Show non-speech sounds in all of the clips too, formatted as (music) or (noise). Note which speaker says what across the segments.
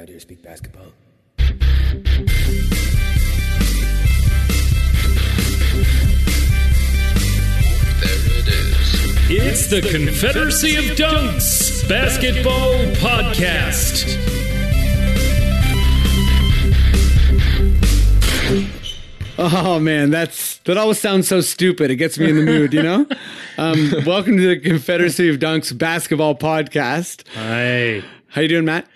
Speaker 1: out here speak basketball.
Speaker 2: There it is.
Speaker 3: It's the Confederacy of Dunks Basketball Podcast.
Speaker 4: Oh man, that's that always sounds so stupid. It gets me in the mood,
Speaker 3: (laughs)
Speaker 4: you know. Um, welcome to the Confederacy of Dunks basketball podcast.
Speaker 3: Hi.
Speaker 4: How you doing, Matt?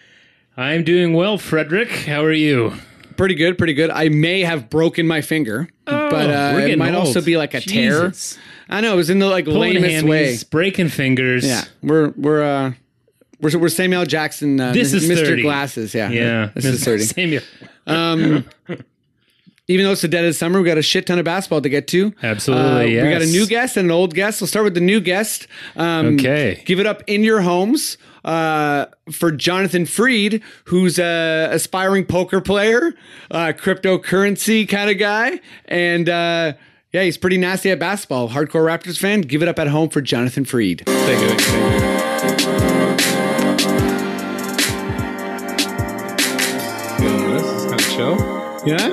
Speaker 3: I'm doing well, Frederick. How are you?
Speaker 4: Pretty good, pretty good. I may have broken my finger, but uh,
Speaker 3: Oh, we're
Speaker 4: it
Speaker 3: getting
Speaker 4: might
Speaker 3: old.
Speaker 4: also be like a tear.
Speaker 3: Jesus.
Speaker 4: I know it was in the like
Speaker 3: Pulling
Speaker 4: lamest
Speaker 3: hammies,
Speaker 4: way.
Speaker 3: breaking fingers.
Speaker 4: Yeah, we're we're uh, we're we're Samuel Jackson. Uh,
Speaker 3: This is
Speaker 4: Mr.
Speaker 3: 30.
Speaker 4: Glasses. Yeah,
Speaker 3: Yeah. (laughs)
Speaker 4: This is thirty.
Speaker 3: Samuel.
Speaker 4: Even though it's the dead of summer, we got a shit ton of basketball to get to. Uh,
Speaker 3: Absolutely,
Speaker 4: We got a
Speaker 3: yes.
Speaker 4: new guest and an old guest. We'll start with the new guest. Um,
Speaker 3: Okay.
Speaker 4: Give it up in your homes uh, for Jonathan Freed, who's a aspiring poker player, uh, cryptocurrency kind of guy, and uh, yeah, he's pretty nasty at basketball. Hardcore Raptors fan. Give it up at home for Jonathan Freed.
Speaker 5: This is kind of chill.
Speaker 4: Yeah.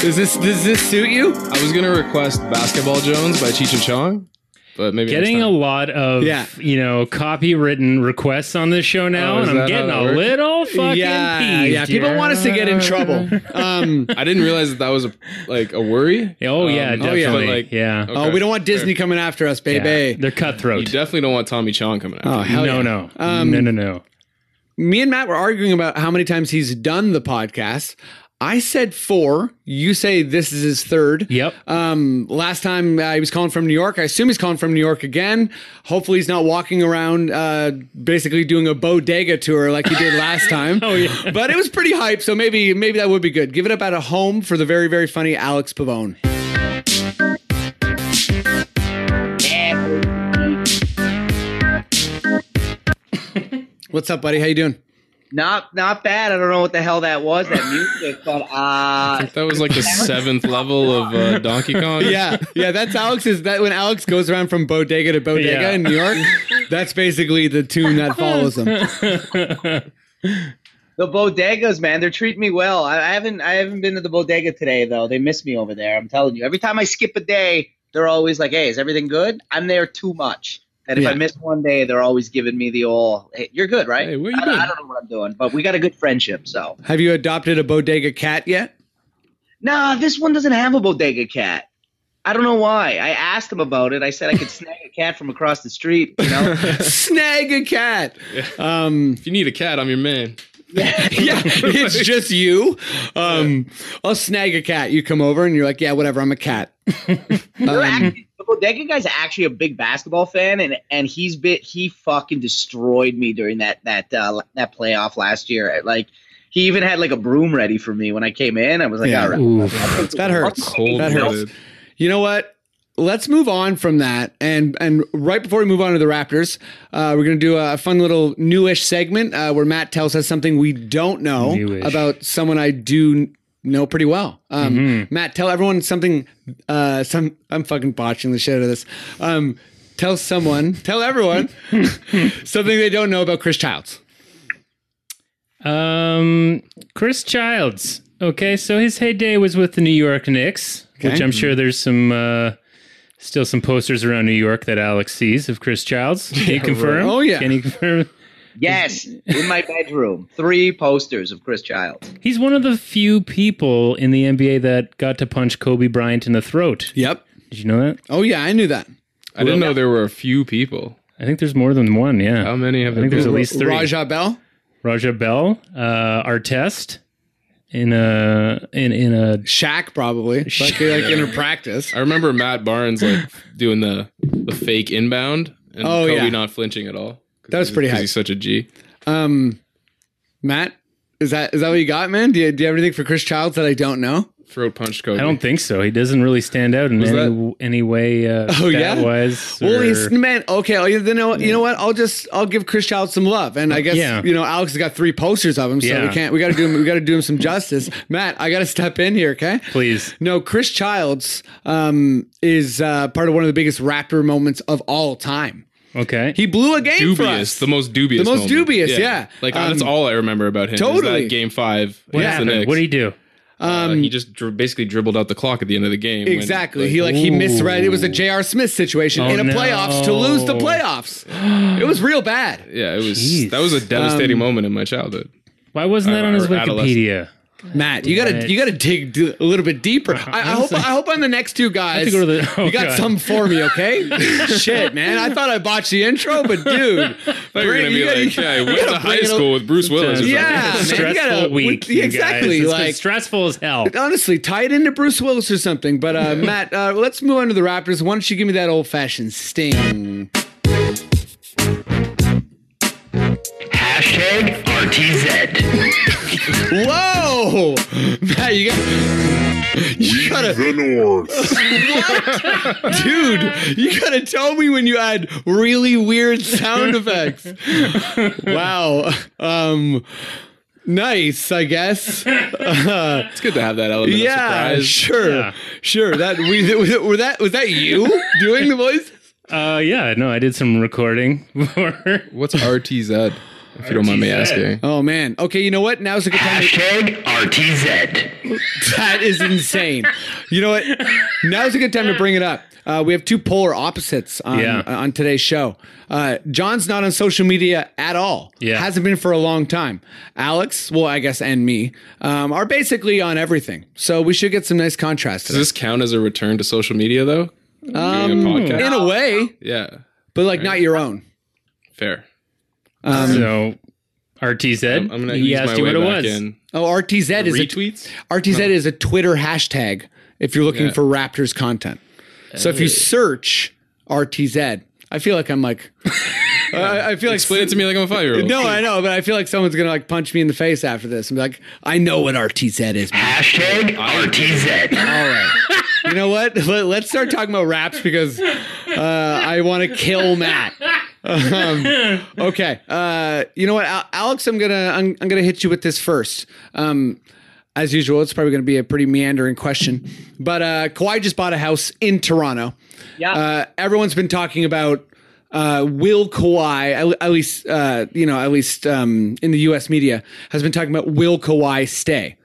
Speaker 4: Does this does this suit you?
Speaker 5: I was gonna request Basketball Jones by Cheech and Chong, but maybe
Speaker 3: Getting a
Speaker 5: next time.
Speaker 3: lot of
Speaker 4: Yeah.
Speaker 3: you know copywritten requests on this show now,
Speaker 5: Oh, is
Speaker 3: and I'm
Speaker 5: that
Speaker 3: getting
Speaker 5: how
Speaker 3: a
Speaker 5: it works?
Speaker 3: little fucking
Speaker 4: yeah,
Speaker 3: peeved,
Speaker 4: yeah. People
Speaker 3: yeah.
Speaker 4: want us to get in trouble. Um,
Speaker 5: I didn't realize that that was a, like a worry.
Speaker 3: (laughs) Oh yeah,
Speaker 5: Um,
Speaker 3: definitely.
Speaker 5: but, like,
Speaker 3: yeah.
Speaker 5: okay.
Speaker 4: oh, we don't want Disney coming after us,
Speaker 3: Yeah.
Speaker 4: baby.
Speaker 3: They're
Speaker 5: You
Speaker 3: cutthroat.
Speaker 5: definitely don't want Tommy Chong coming out.
Speaker 4: Oh, hell
Speaker 3: no,
Speaker 4: yeah.
Speaker 3: no. no, no, no.
Speaker 4: me and Matt were arguing about how many times he's done the podcast. I said four. You say this is his third.
Speaker 3: Yep.
Speaker 4: Um, last time uh, he was calling from New York. I assume he's calling from New York again. Hopefully he's not walking around uh, basically doing a bodega tour like he did last time. oh
Speaker 3: yeah.
Speaker 4: But it was pretty hype, so maybe maybe that would be good. Give it up at a home for the very very funny Alex Pavone. What's up, buddy? How you doing?
Speaker 6: Not not bad. I don't know what the hell that was. That music, but uh,
Speaker 5: That was like the seventh level
Speaker 3: (laughs)
Speaker 5: of uh, Donkey Kong.
Speaker 4: yeah, (laughs) yeah. That's Alex's. That when Alex goes around from bodega to bodega
Speaker 3: Yeah.
Speaker 4: in New York, that's basically the tune that follows him.
Speaker 6: the bodegas, man, they're treating me well. I, I haven't I haven't been to the bodega today though. They miss me over there. I'm telling you. Every time I skip a day, they're always like, "Hey, is everything good?" I'm there too much. That if
Speaker 4: Yeah.
Speaker 6: I miss one day, they're always giving me the old, "Hey, you're good, right?"
Speaker 5: Hey, what you
Speaker 6: I,
Speaker 5: doing?
Speaker 6: I don't know what I'm doing, but we got a good friendship. So
Speaker 4: Have you adopted a bodega cat yet?
Speaker 6: nah, this one doesn't have a bodega cat. I don't know why. I asked him about it. I said
Speaker 5: (laughs)
Speaker 6: I could snag a cat from across the street. You know.
Speaker 4: Snag a cat. Um,
Speaker 5: If you need a cat, I'm your man.
Speaker 4: yeah, it's just you. Um, I'll snag a cat. You come over and you're like, yeah, whatever. I'm a cat. Um,
Speaker 6: They're
Speaker 4: Mm-hmm.
Speaker 6: actually, the Bodega guy's actually a big basketball fan, and and he's bit he fucking destroyed me during that that uh, that playoff last year. Like he even had like a broom ready for me when I came in. I was like,
Speaker 4: Yeah.
Speaker 6: all
Speaker 3: (laughs)
Speaker 6: right,
Speaker 3: Oof.
Speaker 4: That hurts.
Speaker 5: Cold
Speaker 4: That hurts.
Speaker 5: blooded.
Speaker 4: You know what? Let's move on from that, and and right before we move on to the Raptors, uh, we're gonna do a fun little newish segment uh, where Matt tells us something we don't know
Speaker 3: Newish.
Speaker 4: about someone I do know pretty well. Um,
Speaker 3: Mm-hmm.
Speaker 4: Matt, tell everyone something. Uh, some I'm fucking botching the shit out of this. Um, tell someone, tell
Speaker 3: (laughs)
Speaker 4: everyone something they don't know about Chris Childs.
Speaker 3: Um, Chris Childs. Okay, so his heyday was with the New York Knicks, which
Speaker 4: Okay.
Speaker 3: I'm sure there's some uh, still some posters around New York that Alex sees of Chris Childs. Can you confirm?
Speaker 4: Oh, yeah.
Speaker 3: Can you confirm?
Speaker 6: yes, in my bedroom, three posters of Chris Childs.
Speaker 3: He's one of the few people in the NBA that got to punch Kobe Bryant in the throat.
Speaker 4: Yep.
Speaker 3: Did you know that?
Speaker 4: Oh yeah, I knew that.
Speaker 5: I didn't know there were a few people.
Speaker 3: I think there's more than one. Yeah.
Speaker 4: Um,
Speaker 5: How many have
Speaker 3: I
Speaker 5: there
Speaker 3: think there's at
Speaker 5: been?
Speaker 3: least three.
Speaker 4: Rajah Bell.
Speaker 3: Raja Bell, uh, Artest, in a in in a
Speaker 4: Shaq probably like, like in her practice.
Speaker 5: I remember Matt Barnes like doing the the fake inbound and
Speaker 4: Oh,
Speaker 5: Kobe
Speaker 4: yeah.
Speaker 5: not flinching at all. 'Cause
Speaker 4: That was
Speaker 5: he's-
Speaker 4: pretty
Speaker 5: 'cause
Speaker 4: hype.
Speaker 5: He's such a G.
Speaker 4: Um, Matt, is that is that what you got, man? Do you, do you have anything for Chris Childs that I don't know?
Speaker 5: Throat punched Kobe.
Speaker 3: I don't think so. He doesn't really stand out in
Speaker 5: Was
Speaker 3: any, any way. Uh,
Speaker 5: (laughs)
Speaker 4: Oh, yeah?
Speaker 3: wise.
Speaker 4: Well,
Speaker 3: or-
Speaker 4: he's man. Okay, oh, you know, you know what? I'll just I'll give Chris Childs some love, and I guess
Speaker 3: Yeah.
Speaker 4: you know Alex has got three posters of him, so
Speaker 3: Yeah.
Speaker 4: we can't. We got to do him. We got to do him some justice. (laughs) Matt, I got to step in here, okay?
Speaker 3: please.
Speaker 4: No, Chris Childs um, is uh, part of one of the biggest Raptor moments of all time.
Speaker 3: Okay.
Speaker 4: He blew a game for
Speaker 5: dubious,
Speaker 4: us.
Speaker 5: the most dubious,
Speaker 4: The most
Speaker 5: moment.
Speaker 4: dubious, yeah.
Speaker 5: Like
Speaker 4: Um,
Speaker 5: that's all I remember about him. is
Speaker 4: totally.
Speaker 5: that game five.
Speaker 3: what
Speaker 5: against the
Speaker 3: happened?
Speaker 5: Knicks.
Speaker 3: What did he do?
Speaker 5: Uh,
Speaker 4: Um,
Speaker 5: he just dri- basically dribbled out the clock at the end of the game. when,
Speaker 4: Exactly. he like he misread. It was a J.R. Smith situation
Speaker 3: Oh,
Speaker 4: in a
Speaker 3: no.
Speaker 4: playoffs to lose the playoffs. it was real bad.
Speaker 5: yeah, it was.
Speaker 3: Jeez.
Speaker 5: That was a devastating
Speaker 4: Um,
Speaker 5: moment in my childhood.
Speaker 3: Why wasn't that
Speaker 5: Or-
Speaker 3: on his
Speaker 5: or adolescent.
Speaker 3: Wikipedia?
Speaker 4: Matt, you gotta
Speaker 3: Right. Uh-huh.
Speaker 4: you gotta dig d- a little bit deeper. I, I hope I hope I'm the next two guys.
Speaker 3: to go to the- oh,
Speaker 4: you got
Speaker 3: God.
Speaker 4: some for
Speaker 3: (laughs)
Speaker 4: me, okay? Shit, man. I thought I botched the intro,
Speaker 5: (laughs)
Speaker 4: but dude,
Speaker 5: I thought you were
Speaker 4: bring-
Speaker 5: gonna be
Speaker 4: gotta-
Speaker 5: like, "Hey, I
Speaker 4: you (laughs)
Speaker 5: went
Speaker 4: gotta
Speaker 5: to high
Speaker 4: bring it a-
Speaker 5: school with Bruce Willis." or
Speaker 4: Yeah. man,
Speaker 5: something."
Speaker 4: you
Speaker 3: stressful
Speaker 4: gotta-
Speaker 3: week.
Speaker 4: with-
Speaker 3: you
Speaker 4: exactly,
Speaker 3: guys. It's been
Speaker 4: like-
Speaker 3: stressful as
Speaker 5: (laughs)
Speaker 3: hell.
Speaker 4: Honestly, tie it into Bruce Willis or something. But uh, Matt, uh, let's move on to the Raptors. Why don't you give me that old fashioned sting?
Speaker 2: Hashtag RTZ.
Speaker 4: (laughs) Whoa, Matt, you got you gotta (laughs) what? dude, you gotta tell me when you add really weird sound effects. Wow, um, nice, I guess.
Speaker 5: It's good to have that element
Speaker 4: yeah,
Speaker 5: of surprise.
Speaker 4: sure,
Speaker 3: Yeah.
Speaker 4: sure. That we (laughs) was that, that was that you doing the voice?
Speaker 3: Uh, yeah, no, I did some recording. (laughs) for-
Speaker 5: What's RTZ? If you don't mind me
Speaker 3: RTZ.
Speaker 5: asking.
Speaker 4: Oh man. Okay, you know what? Now's a good time. To,
Speaker 2: Hashtag RTZ.
Speaker 4: (laughs) that is insane. You know what? Now's a good time to bring it up. Uh, we have two polar opposites on
Speaker 3: Yeah.
Speaker 4: uh, on today's show. Uh, John's not on social media at all.
Speaker 3: Yeah.
Speaker 4: hasn't been for a long time. Alex, well, I guess, and me um, are basically on everything. So we should get some nice contrast.
Speaker 5: Does
Speaker 4: Today.
Speaker 5: this count as a return to social media though?
Speaker 4: Um,
Speaker 5: Doing a podcast?
Speaker 4: In a way,
Speaker 5: yeah,
Speaker 4: but like not your own.
Speaker 5: fair.
Speaker 3: so RTZ.
Speaker 5: I'm, I'm gonna
Speaker 3: he
Speaker 5: ease
Speaker 3: asked
Speaker 5: my
Speaker 3: you
Speaker 5: way
Speaker 3: what it
Speaker 5: back
Speaker 3: was.
Speaker 5: in.
Speaker 4: Oh, RTZ is a
Speaker 5: Retweets?
Speaker 4: RTZ is a Twitter hashtag if you're looking
Speaker 5: Yeah.
Speaker 4: for Raptors content. So if you search RTZ, I feel like I'm like, (laughs) I, I feel like
Speaker 5: Explain it to me like I'm a five year
Speaker 4: (laughs)
Speaker 5: old.
Speaker 4: No, I know, but I feel like someone's gonna like punch me in the face after this and be like, I know what RTZ is. man."
Speaker 2: Hashtag RTZ.
Speaker 4: All right, you know what? (laughs) Let, let's start talking about raps because uh, I want to kill Matt. Um, okay, uh, you know what, Al- Alex? I'm gonna I'm, I'm gonna hit you with this first. Um, as usual, it's probably going to be a pretty meandering question. But uh, Kawhi just bought a house in Toronto.
Speaker 6: Yeah.
Speaker 4: Uh, everyone's been talking about uh, will Kawhi, at, at least, uh, you know, at least um, in the US media, has been talking about will Kawhi stay?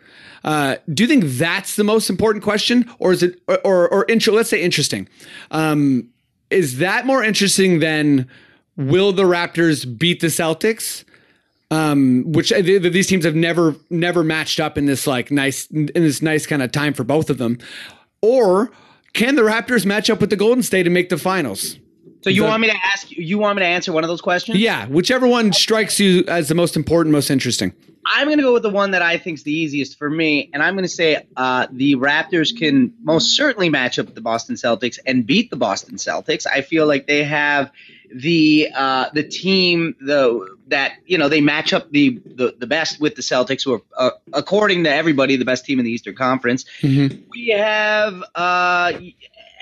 Speaker 4: Uh, do you think that's the most important question, or is it, or or, or intro? Let's say interesting. Um, is that more interesting than will the Raptors beat the Celtics? um, which uh, th- th- these teams have never never matched up in this like nice in this nice kind of time for both of them, or can the Raptors match up with the Golden State and make the finals?
Speaker 6: So you want me to ask you? You want me to answer one of those questions?
Speaker 4: Yeah, whichever one strikes you as the most important, most interesting.
Speaker 6: I'm going to go with the one that I think's the easiest for me, and I'm going to say uh, the Raptors can most certainly match up with the Boston Celtics and beat the Boston Celtics. I feel like they have the uh, the team the that you know they match up the the, the best with the Celtics, who are uh, according to everybody the best team in the Eastern Conference. We have uh,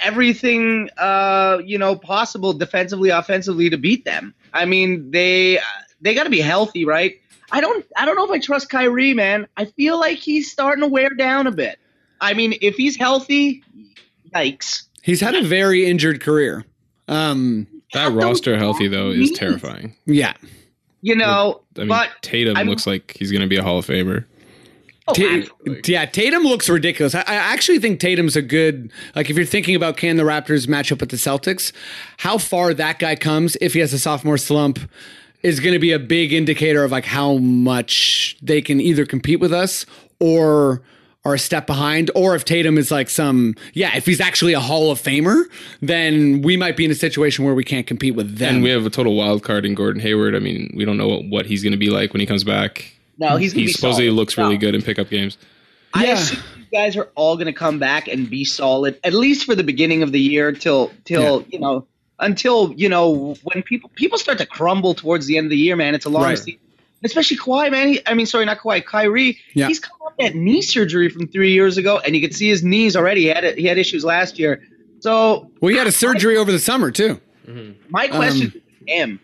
Speaker 6: everything uh, you know possible defensively, offensively to beat them. I mean, they they got to be healthy, right? I don't I don't know if I trust Kyrie, man. I feel like he's starting to wear down a bit. I mean, if he's healthy, yikes.
Speaker 4: He's had a very injured career. Um,
Speaker 5: That
Speaker 6: those
Speaker 5: roster healthy though is
Speaker 6: knees.
Speaker 5: terrifying.
Speaker 4: yeah,
Speaker 6: You know,
Speaker 5: I mean,
Speaker 6: but
Speaker 5: Tatum
Speaker 6: I'm-
Speaker 5: looks like he's gonna be a Hall of Famer.
Speaker 6: oh,
Speaker 4: Ta-
Speaker 6: absolutely.
Speaker 4: yeah. Tatum looks ridiculous. I, I actually think Tatum's a good like if you're thinking about can the Raptors match up with the Celtics, how far that guy comes if he has a sophomore slump is going to be a big indicator of like how much they can either compete with us or are a step behind or if Tatum is like some yeah if he's actually a Hall of Famer then we might be in a situation where we can't compete with them.
Speaker 5: And we have a total wild card in Gordon Hayward. I mean, we don't know what, what he's gonna be like when he comes back.
Speaker 6: no, he's gonna
Speaker 5: He
Speaker 6: be
Speaker 5: supposedly
Speaker 6: solid.
Speaker 5: looks really
Speaker 6: No.
Speaker 5: good in pickup games.
Speaker 6: I
Speaker 4: Yeah.
Speaker 6: assume you guys are all going to come back and be solid, at least for the beginning of the year, till till you know, until you know when people people start to crumble towards the end of the year, man. It's a long
Speaker 4: Right.
Speaker 6: season, especially Kawhi, man. He, I mean, sorry, not Kawhi, Kyrie.
Speaker 4: Yeah.
Speaker 6: He's come off that knee surgery from three years ago, and you can see his knees already. He had it, he had issues last year. So
Speaker 4: well, he had a surgery over the summer too.
Speaker 6: my
Speaker 4: Um,
Speaker 6: question is him,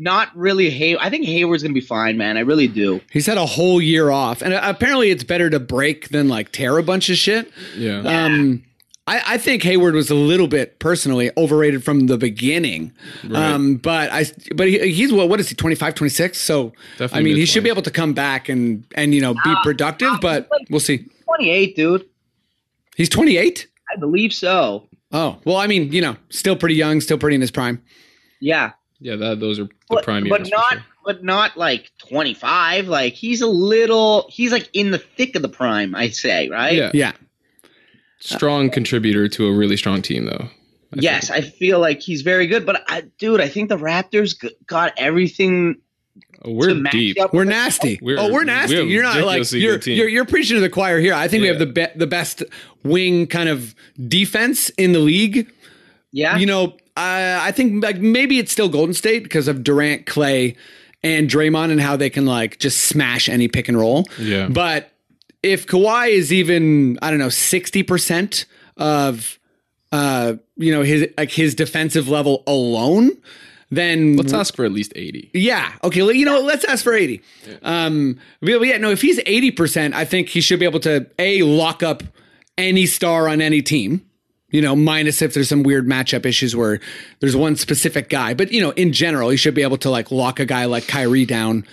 Speaker 6: not really Hay. I think Hayward's going to be fine, man. I really do.
Speaker 4: He's had a whole year off, and uh, apparently it's better to break than like tear a bunch of shit.
Speaker 5: Yeah.
Speaker 4: Um, I, I think Hayward was a little bit personally overrated from the beginning. Um, but I but he, he's what what is he 25, 26? So
Speaker 5: Definitely
Speaker 4: I mean he should be
Speaker 5: mid-twenties.
Speaker 4: able to come back and and you know be productive. But we'll see.
Speaker 6: 28, dude.
Speaker 4: He's twenty eight.
Speaker 6: I believe so.
Speaker 4: Oh well, I mean you know still pretty young, still pretty in his prime.
Speaker 6: Yeah,
Speaker 5: Yeah, that, those are the
Speaker 6: but,
Speaker 5: prime
Speaker 6: but
Speaker 5: years. for
Speaker 6: not
Speaker 5: sure.
Speaker 6: but not like 25. Like he's a little. He's like in the thick of the prime. I say right.
Speaker 5: Yeah.
Speaker 4: Yeah.
Speaker 5: Strong contributor to a really strong team, though. I
Speaker 6: yes, I feel like he's very good. But I, dude, I think the Raptors g- got everything
Speaker 5: think. Oh, We're
Speaker 6: to match
Speaker 5: deep.
Speaker 6: up.
Speaker 4: We're nasty.
Speaker 5: (laughs) We're-
Speaker 4: oh, we're nasty.
Speaker 5: we have
Speaker 4: you're not like
Speaker 5: ridiculously good
Speaker 4: you're,
Speaker 5: team.
Speaker 4: you're you're preaching to the choir here. I think we have
Speaker 5: Yeah.
Speaker 4: the be- the best wing kind of defense in the league.
Speaker 6: Yeah,
Speaker 4: You know, I I think like maybe it's still Golden State because of Durant, Clay, and Draymond and how they can like just smash any pick and roll.
Speaker 5: Yeah.
Speaker 4: But if Kawhi is even I don't know sixty percent of uh you know his like his defensive level alone, then
Speaker 5: Let's ask for at least 80.
Speaker 4: yeah. Okay. well, You know, what? let's ask for 80. Um, but yeah, no, if he's 80%, I think he should be able to A, lock up any star on any team, you know, minus if there's some weird matchup issues where there's one specific guy. But, you know, in general, he should be able to like lock a guy like Kyrie down,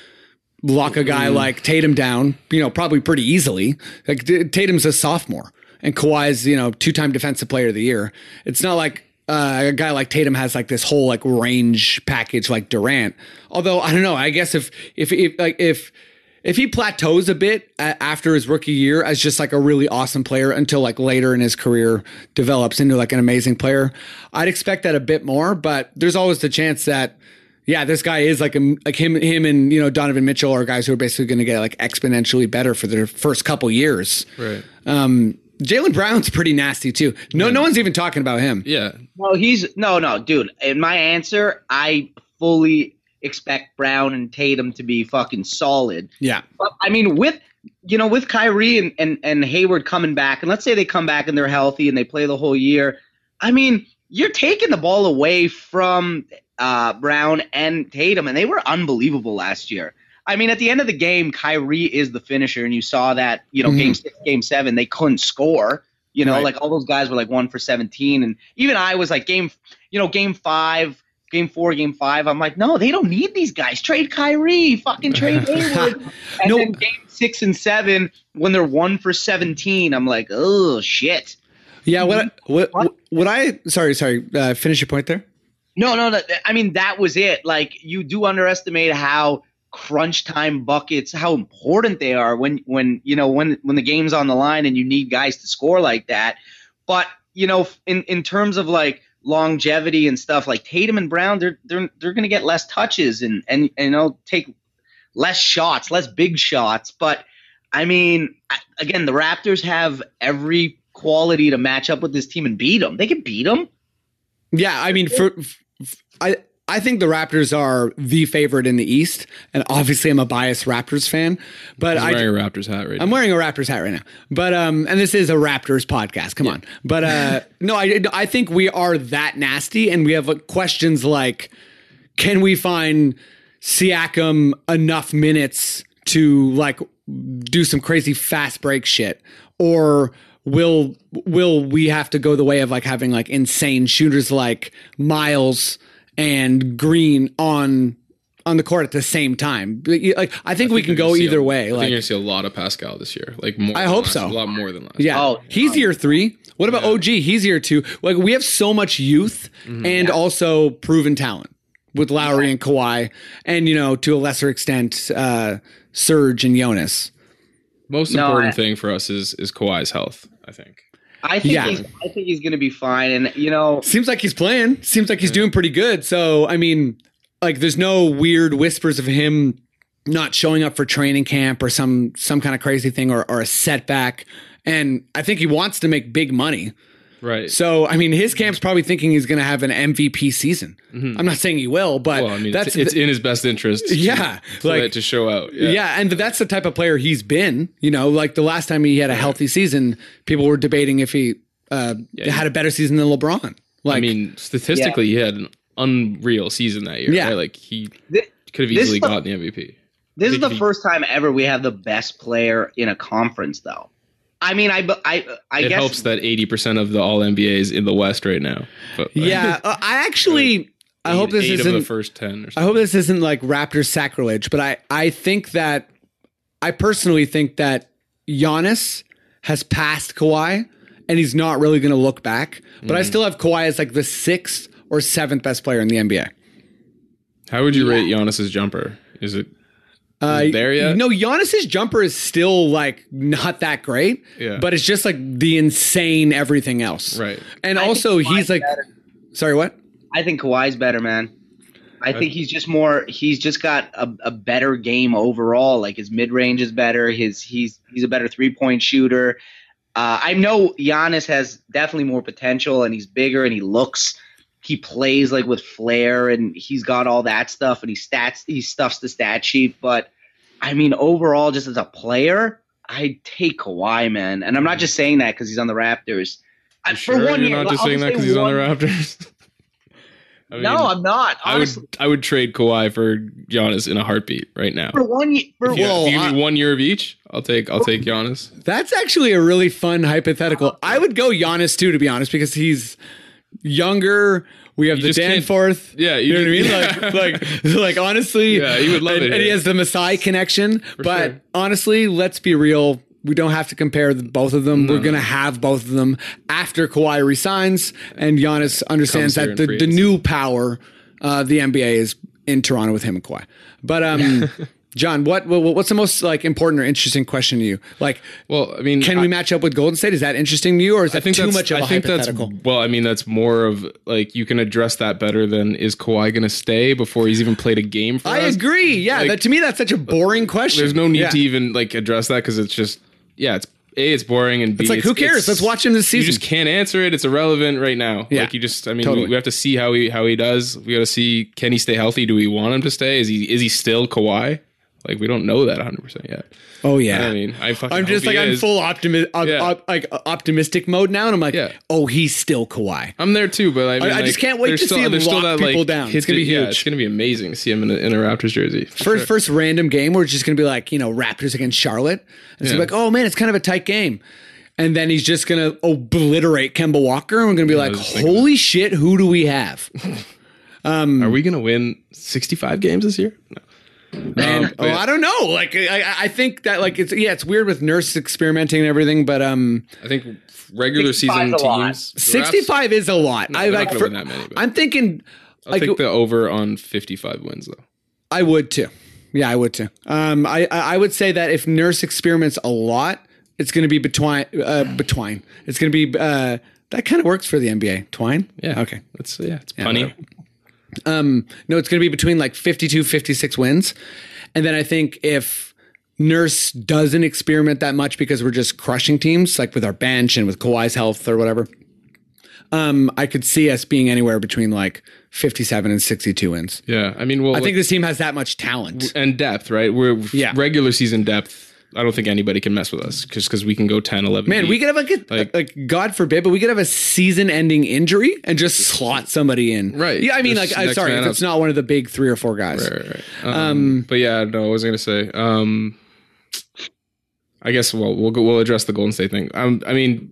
Speaker 4: lock a guy like Tatum down, you know, probably pretty easily. Like T- Tatum's a sophomore and Kawhi's, you know, two time defensive player of the year. It's not like uh, a guy like Tatum has like this whole like range package like Durant. Although I don't know, I guess if if if like if if he plateaus a bit a- after his rookie year as just like a really awesome player until like later in his career develops into like an amazing player, I'd expect that a bit more. But there's always the chance that yeah, this guy is like a, like him him and you know Donovan Mitchell are guys who are basically going to get like exponentially better for their first couple years.
Speaker 5: Right.
Speaker 4: Um, Jalen Brown's pretty nasty too. No, no one's even talking about him.
Speaker 5: Yeah.
Speaker 6: No, he's no, no, dude. In my answer, I fully expect Brown and Tatum to be fucking solid.
Speaker 4: Yeah,
Speaker 6: But, I mean, with you know, with Kyrie and, and and Hayward coming back, and let's say they come back and they're healthy and they play the whole year. I mean, you're taking the ball away from uh, Brown and Tatum, and they were unbelievable last year. I mean, at the end of the game, Kyrie is the finisher, and you saw that. You know,
Speaker 4: Mhm.
Speaker 6: game six, game seven, they couldn't score. You know,
Speaker 4: Right.
Speaker 6: like all those guys were like one for seventeen, and even I was like game, you know, game five, game four, game five. I'm like, no, they don't need these guys. Trade Kyrie, fucking
Speaker 4: (laughs)
Speaker 6: trade Hayward. and
Speaker 4: No.
Speaker 6: then game six and seven, when they're one for seventeen, I'm like, oh shit.
Speaker 4: yeah. What what what, what I sorry sorry uh, finish your point there.
Speaker 6: No, no, no. I mean, that was it. Like, you do underestimate how crunch time buckets, how important they are when, when you know, when when the game's on the line and you need guys to score like that. But you know, in in terms of like longevity and stuff, like Tatum and Brown, they're they're they're gonna get less touches and and and they'll take less shots, less big shots. But I mean, I- again, the Raptors have every quality to match up with this team and beat them. They can beat them.
Speaker 4: Yeah, I mean, for, f- I I think the Raptors are the favorite in the East, and obviously I'm a biased Raptors fan, but
Speaker 5: He's
Speaker 4: I
Speaker 5: wearing a Raptors hat right
Speaker 4: I'm
Speaker 5: now.
Speaker 4: wearing a Raptors hat right now, but um, and this is a Raptors podcast. Come on, but uh, no, I I think we are that nasty, and we have like, questions like, can we find Siakam enough minutes to like do some crazy fast break shit, or will will we have to go the way of like having like insane shooters like Miles and Green on on the court at the same time? Like I think we can
Speaker 5: You're gonna
Speaker 4: go
Speaker 5: see a-
Speaker 4: either way.
Speaker 5: I think
Speaker 4: like
Speaker 5: you're gonna see a lot of Pascal this year. Like more.
Speaker 4: I
Speaker 5: than
Speaker 4: hope
Speaker 5: last-
Speaker 4: so.
Speaker 5: A lot more than last.
Speaker 4: Yeah.
Speaker 6: Oh,
Speaker 4: he's year three. What about OG? He's year two. Like we have so much youth and also proven talent with Lowry and Kawhi, and you know to a lesser extent, uh, Serge and Jonas.
Speaker 5: Most
Speaker 6: No,
Speaker 5: important
Speaker 6: I-
Speaker 5: thing for us is is Kawhi's health. I think.
Speaker 6: I think
Speaker 4: Yeah.
Speaker 6: he's, I think he's gonna be fine, and you know,
Speaker 4: Seems like he's playing. Seems like he's doing pretty good. So I mean, like there's no weird whispers of him not showing up for training camp or some some kind of crazy thing or, or a setback. And I think he wants to make big money.
Speaker 5: Right.
Speaker 4: So I mean, his camp's probably thinking he's going to have an MVP season. I'm not saying he will, but
Speaker 5: Mm-hmm. well, I mean,
Speaker 4: that's
Speaker 5: it's, it's in his best interest. to-
Speaker 4: yeah,
Speaker 5: (laughs) For
Speaker 4: like
Speaker 5: that to show out.
Speaker 4: yeah. and that's the type of player he's been. You know, like the last time he had a healthy season, people were debating if he uh,
Speaker 5: Yeah,
Speaker 4: had a better season than LeBron. Like,
Speaker 5: I mean, statistically, he had an unreal season that year.
Speaker 4: Yeah.
Speaker 5: right? like he
Speaker 6: Thi-
Speaker 5: could have
Speaker 6: this
Speaker 5: easily
Speaker 6: is the-
Speaker 5: gotten the MVP.
Speaker 6: this is the
Speaker 5: Did he-
Speaker 6: first time ever we have the best player in a conference, though. I mean, I, bu- I, I
Speaker 5: it
Speaker 6: guess
Speaker 5: helps that 80% of the all NBAs in the West right now. But, (laughs)
Speaker 4: Yeah, uh, I actually I
Speaker 5: Eight-
Speaker 4: hope this
Speaker 5: eight
Speaker 4: isn't
Speaker 5: of the first 10 or
Speaker 4: I
Speaker 5: something.
Speaker 4: hope this isn't like Raptors sacrilege, but I I think that I personally think that Giannis has passed Kawhi and he's not really going to look back. But
Speaker 5: Mm.
Speaker 4: I still have Kawhi as like the 6th or 7th best player in the NBA.
Speaker 5: How would you rate Giannis's jumper? Is it
Speaker 4: Uh,
Speaker 5: there yet?
Speaker 4: No, Giannis's jumper is still like not that great,
Speaker 5: Yeah.
Speaker 4: but it's just like the insane everything else.
Speaker 5: right?
Speaker 4: And
Speaker 6: I think
Speaker 4: also
Speaker 6: Kawhi's
Speaker 4: he's like
Speaker 6: better.
Speaker 4: sorry, what?
Speaker 6: I think Kawhi's better, man. I think he's just more. He's just got a, a better game overall. Like his mid range is better. His he's he's a better three point shooter. Uh, I know Giannis has definitely more potential, and he's bigger, and he looks, he plays like with flair, and he's got all that stuff, and he stats, he stuffs the stat sheet. But I mean, overall, just as a player, I take Kawhi, man. And I'm not just saying that because he's on the Raptors. I-
Speaker 5: You sure you're not
Speaker 6: I'll
Speaker 5: just saying that
Speaker 6: say
Speaker 5: because he's on the
Speaker 6: one-
Speaker 5: Raptors. (laughs) I mean,
Speaker 6: no, I'm not.
Speaker 5: I would
Speaker 6: Honestly,
Speaker 5: I would trade Kawhi for Giannis in a heartbeat right now.
Speaker 6: for one year, for
Speaker 5: If you,
Speaker 4: Well,
Speaker 5: if you give
Speaker 4: I-
Speaker 5: me one year of each, I'll take I'll take Giannis.
Speaker 4: That's actually a really fun hypothetical. I would go Giannis too, to be honest, because he's younger. We have
Speaker 5: You
Speaker 4: the
Speaker 5: just can't-
Speaker 4: Danforth.
Speaker 5: Yeah,
Speaker 4: you,
Speaker 5: you
Speaker 4: know what I
Speaker 5: just-
Speaker 4: mean. (laughs) Like,
Speaker 5: (laughs)
Speaker 4: like, like honestly,
Speaker 5: Yeah, he would love
Speaker 4: and,
Speaker 5: it
Speaker 4: And he
Speaker 5: here.
Speaker 4: has the Maasai connection. but
Speaker 5: sure.
Speaker 4: honestly, let's be real. We don't have to compare the, both of them. We're gonna have both of them after Kawhi resigns and Giannis understands
Speaker 5: here
Speaker 4: that
Speaker 5: in
Speaker 4: the,
Speaker 5: free
Speaker 4: the new power uh, the NBA is in Toronto with him and Kawhi. But um, (laughs) John, what, what what's the most like important or interesting question to you? Like,
Speaker 5: Well, I mean,
Speaker 4: can
Speaker 5: I,
Speaker 4: we match up with Golden State? Is that interesting to you, or is that too much of a hypothetical?
Speaker 5: That's, well, I mean, that's more of like you can address that better than is Kawhi going to stay before he's even played a game for
Speaker 4: I
Speaker 5: us?
Speaker 4: agree. Yeah,
Speaker 5: like-
Speaker 4: that to me that's such a boring question.
Speaker 5: There's no need
Speaker 4: Yeah.
Speaker 5: to even like address that because it's just yeah, it's a it's boring and b
Speaker 4: It's like who cares? Let's watch him this
Speaker 5: You
Speaker 4: season.
Speaker 5: just can't answer it. It's irrelevant right now.
Speaker 4: Yeah.
Speaker 5: Like you just, I mean,
Speaker 4: Totally.
Speaker 5: we, we have to see how he how he does. We got to see can he stay healthy? Do we want him to stay? Is he is he still Kawhi? Like we don't know that 100 percent yet.
Speaker 4: oh yeah.
Speaker 5: I mean, I fucking
Speaker 4: I'm
Speaker 5: hope
Speaker 4: just
Speaker 5: he
Speaker 4: like I'm
Speaker 5: is.
Speaker 4: full optimi- op-
Speaker 5: Yeah.
Speaker 4: op- like uh, optimistic mode now, and I'm like,
Speaker 5: Yeah.
Speaker 4: oh, he's still Kawhi.
Speaker 5: I'm there too, but I, mean,
Speaker 4: I
Speaker 5: like,
Speaker 4: just can't wait
Speaker 5: there's
Speaker 4: to
Speaker 5: still,
Speaker 4: see him
Speaker 5: there's still
Speaker 4: lock
Speaker 5: that,
Speaker 4: people
Speaker 5: like,
Speaker 4: down. It's
Speaker 5: hit-
Speaker 4: gonna be
Speaker 5: yeah,
Speaker 4: huge.
Speaker 5: it's gonna be amazing to see him in a, in a Raptors jersey.
Speaker 4: First, first random game, we're just gonna be like, you know, Raptors against Charlotte, and so
Speaker 5: Yeah.
Speaker 4: like, oh man, it's kind of a tight game, and then he's just gonna obliterate Kemba Walker, and we're gonna be like,
Speaker 5: was thinking
Speaker 4: holy shit, who do we have? Mm.
Speaker 5: Are we gonna win 65 games this year? No. Um,
Speaker 4: Oh, I don't know. Like, I, I- I think that like it's yeah, it's weird with Nurse experimenting and everything, but um,
Speaker 5: I think regular
Speaker 6: 65
Speaker 5: season
Speaker 6: is a lot.
Speaker 5: teams. the Raps-
Speaker 4: 65 is a lot. I
Speaker 5: they're not
Speaker 4: like
Speaker 5: gonna
Speaker 4: for-
Speaker 5: win that many, but-
Speaker 4: I'm thinking
Speaker 5: I
Speaker 4: like
Speaker 5: think the over on 55 wins though.
Speaker 4: I would too. Yeah, I would too. Um I I I would say that if Nurse experiments a lot, it's going to be between uh between. It's going to be uh that kind of works for the NBA. Twine?
Speaker 5: Yeah.
Speaker 4: Okay.
Speaker 5: It's yeah, it's punny.
Speaker 4: Um no, it's going to be between like 52 56 wins. And then I think if Nurse doesn't experiment that much because we're just crushing teams like with our bench and with Kawhi's health or whatever. Um, I could see us being anywhere between like 57 and 62 wins.
Speaker 5: yeah, I mean, well,
Speaker 4: I
Speaker 5: like-
Speaker 4: think this team has that much talent.
Speaker 5: and depth, right? We're
Speaker 4: Yeah.
Speaker 5: regular season depth. I don't think anybody can mess with us just because we can go 10, 11.
Speaker 4: Man,
Speaker 5: deep.
Speaker 4: we could have like, a, like,
Speaker 5: Like-
Speaker 4: God forbid, but we could have a season-ending injury and just slot somebody in.
Speaker 5: Right.
Speaker 4: Yeah, I mean,
Speaker 5: Just
Speaker 4: like, I'm
Speaker 5: next
Speaker 4: sorry
Speaker 5: man
Speaker 4: if
Speaker 5: up.
Speaker 4: it's not one of the big three or four guys.
Speaker 5: Right, right, right. Um, but yeah, no, I was gonna say. Um, I guess well, we'll go, we'll address the Golden State thing. Um, I mean,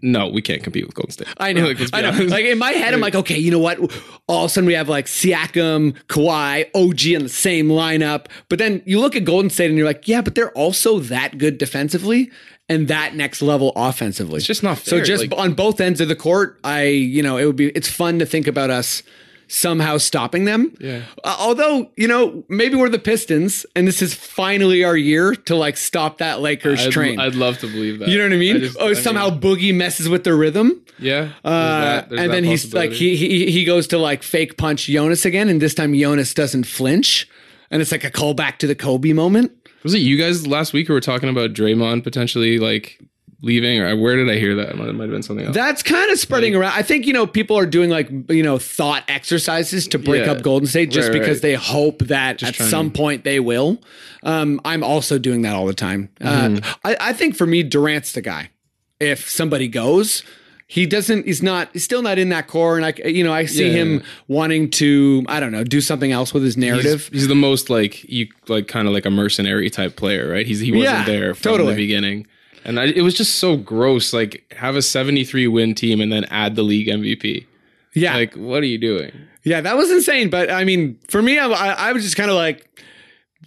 Speaker 5: no, we can't compete with Golden State.
Speaker 4: I know.
Speaker 5: (laughs) Like, let's be
Speaker 4: I know.
Speaker 5: honest.
Speaker 4: Like in my head, I'm like, okay, you know what? All of a sudden, we have like Siakam, Kawhi, OG in the same lineup. But then you look at Golden State, and you're like, yeah, but they're also that good defensively and that next level offensively. It's
Speaker 5: just not
Speaker 4: So
Speaker 5: fair,
Speaker 4: just
Speaker 5: like-
Speaker 4: on both ends of the court, I, you know, it would be. It's fun to think about us somehow stopping them.
Speaker 5: Yeah.
Speaker 4: Uh, although you know, maybe we're the Pistons, and this is finally our year to like stop that Lakers
Speaker 5: I'd,
Speaker 4: train.
Speaker 5: I'd love to believe that.
Speaker 4: you know what I mean?
Speaker 5: just-
Speaker 4: oh,
Speaker 5: I mean,
Speaker 4: somehow Boogie messes with the rhythm.
Speaker 5: yeah.
Speaker 4: Uh, and then he's like he, he he goes to like fake punch Jonas again, and this time Jonas doesn't flinch, and it's like a callback to the Kobe moment.
Speaker 5: was it you guys last week who were talking about Draymond potentially like leaving, or where did I hear that? It might, it might have been something else.
Speaker 4: That's kind of spreading around. I think you know people are doing like you know thought exercises to break
Speaker 5: Yeah.
Speaker 4: up Golden State just
Speaker 5: Right, right.
Speaker 4: because they hope that at
Speaker 5: trying
Speaker 4: some point they will. Um, I'm also doing that all the time.
Speaker 5: Mm-hmm.
Speaker 4: Uh, I, I think for me, Durant's the guy. If somebody goes, he doesn't. He's not. He's still not in that core, and I c- you know I see
Speaker 5: Yeah.
Speaker 4: him wanting to. I don't know, do something else with his narrative.
Speaker 5: He's, he's the most like you like kind of like a mercenary type player, right? He's he wasn't
Speaker 4: Yeah,
Speaker 5: there from
Speaker 4: totally.
Speaker 5: the beginning. And I, it was just so gross. Like have a 73 win team and then add the league MVP.
Speaker 4: Yeah,
Speaker 5: Like what are you doing?
Speaker 4: yeah, that was insane. But I mean, for me, I, I I was just kind of like,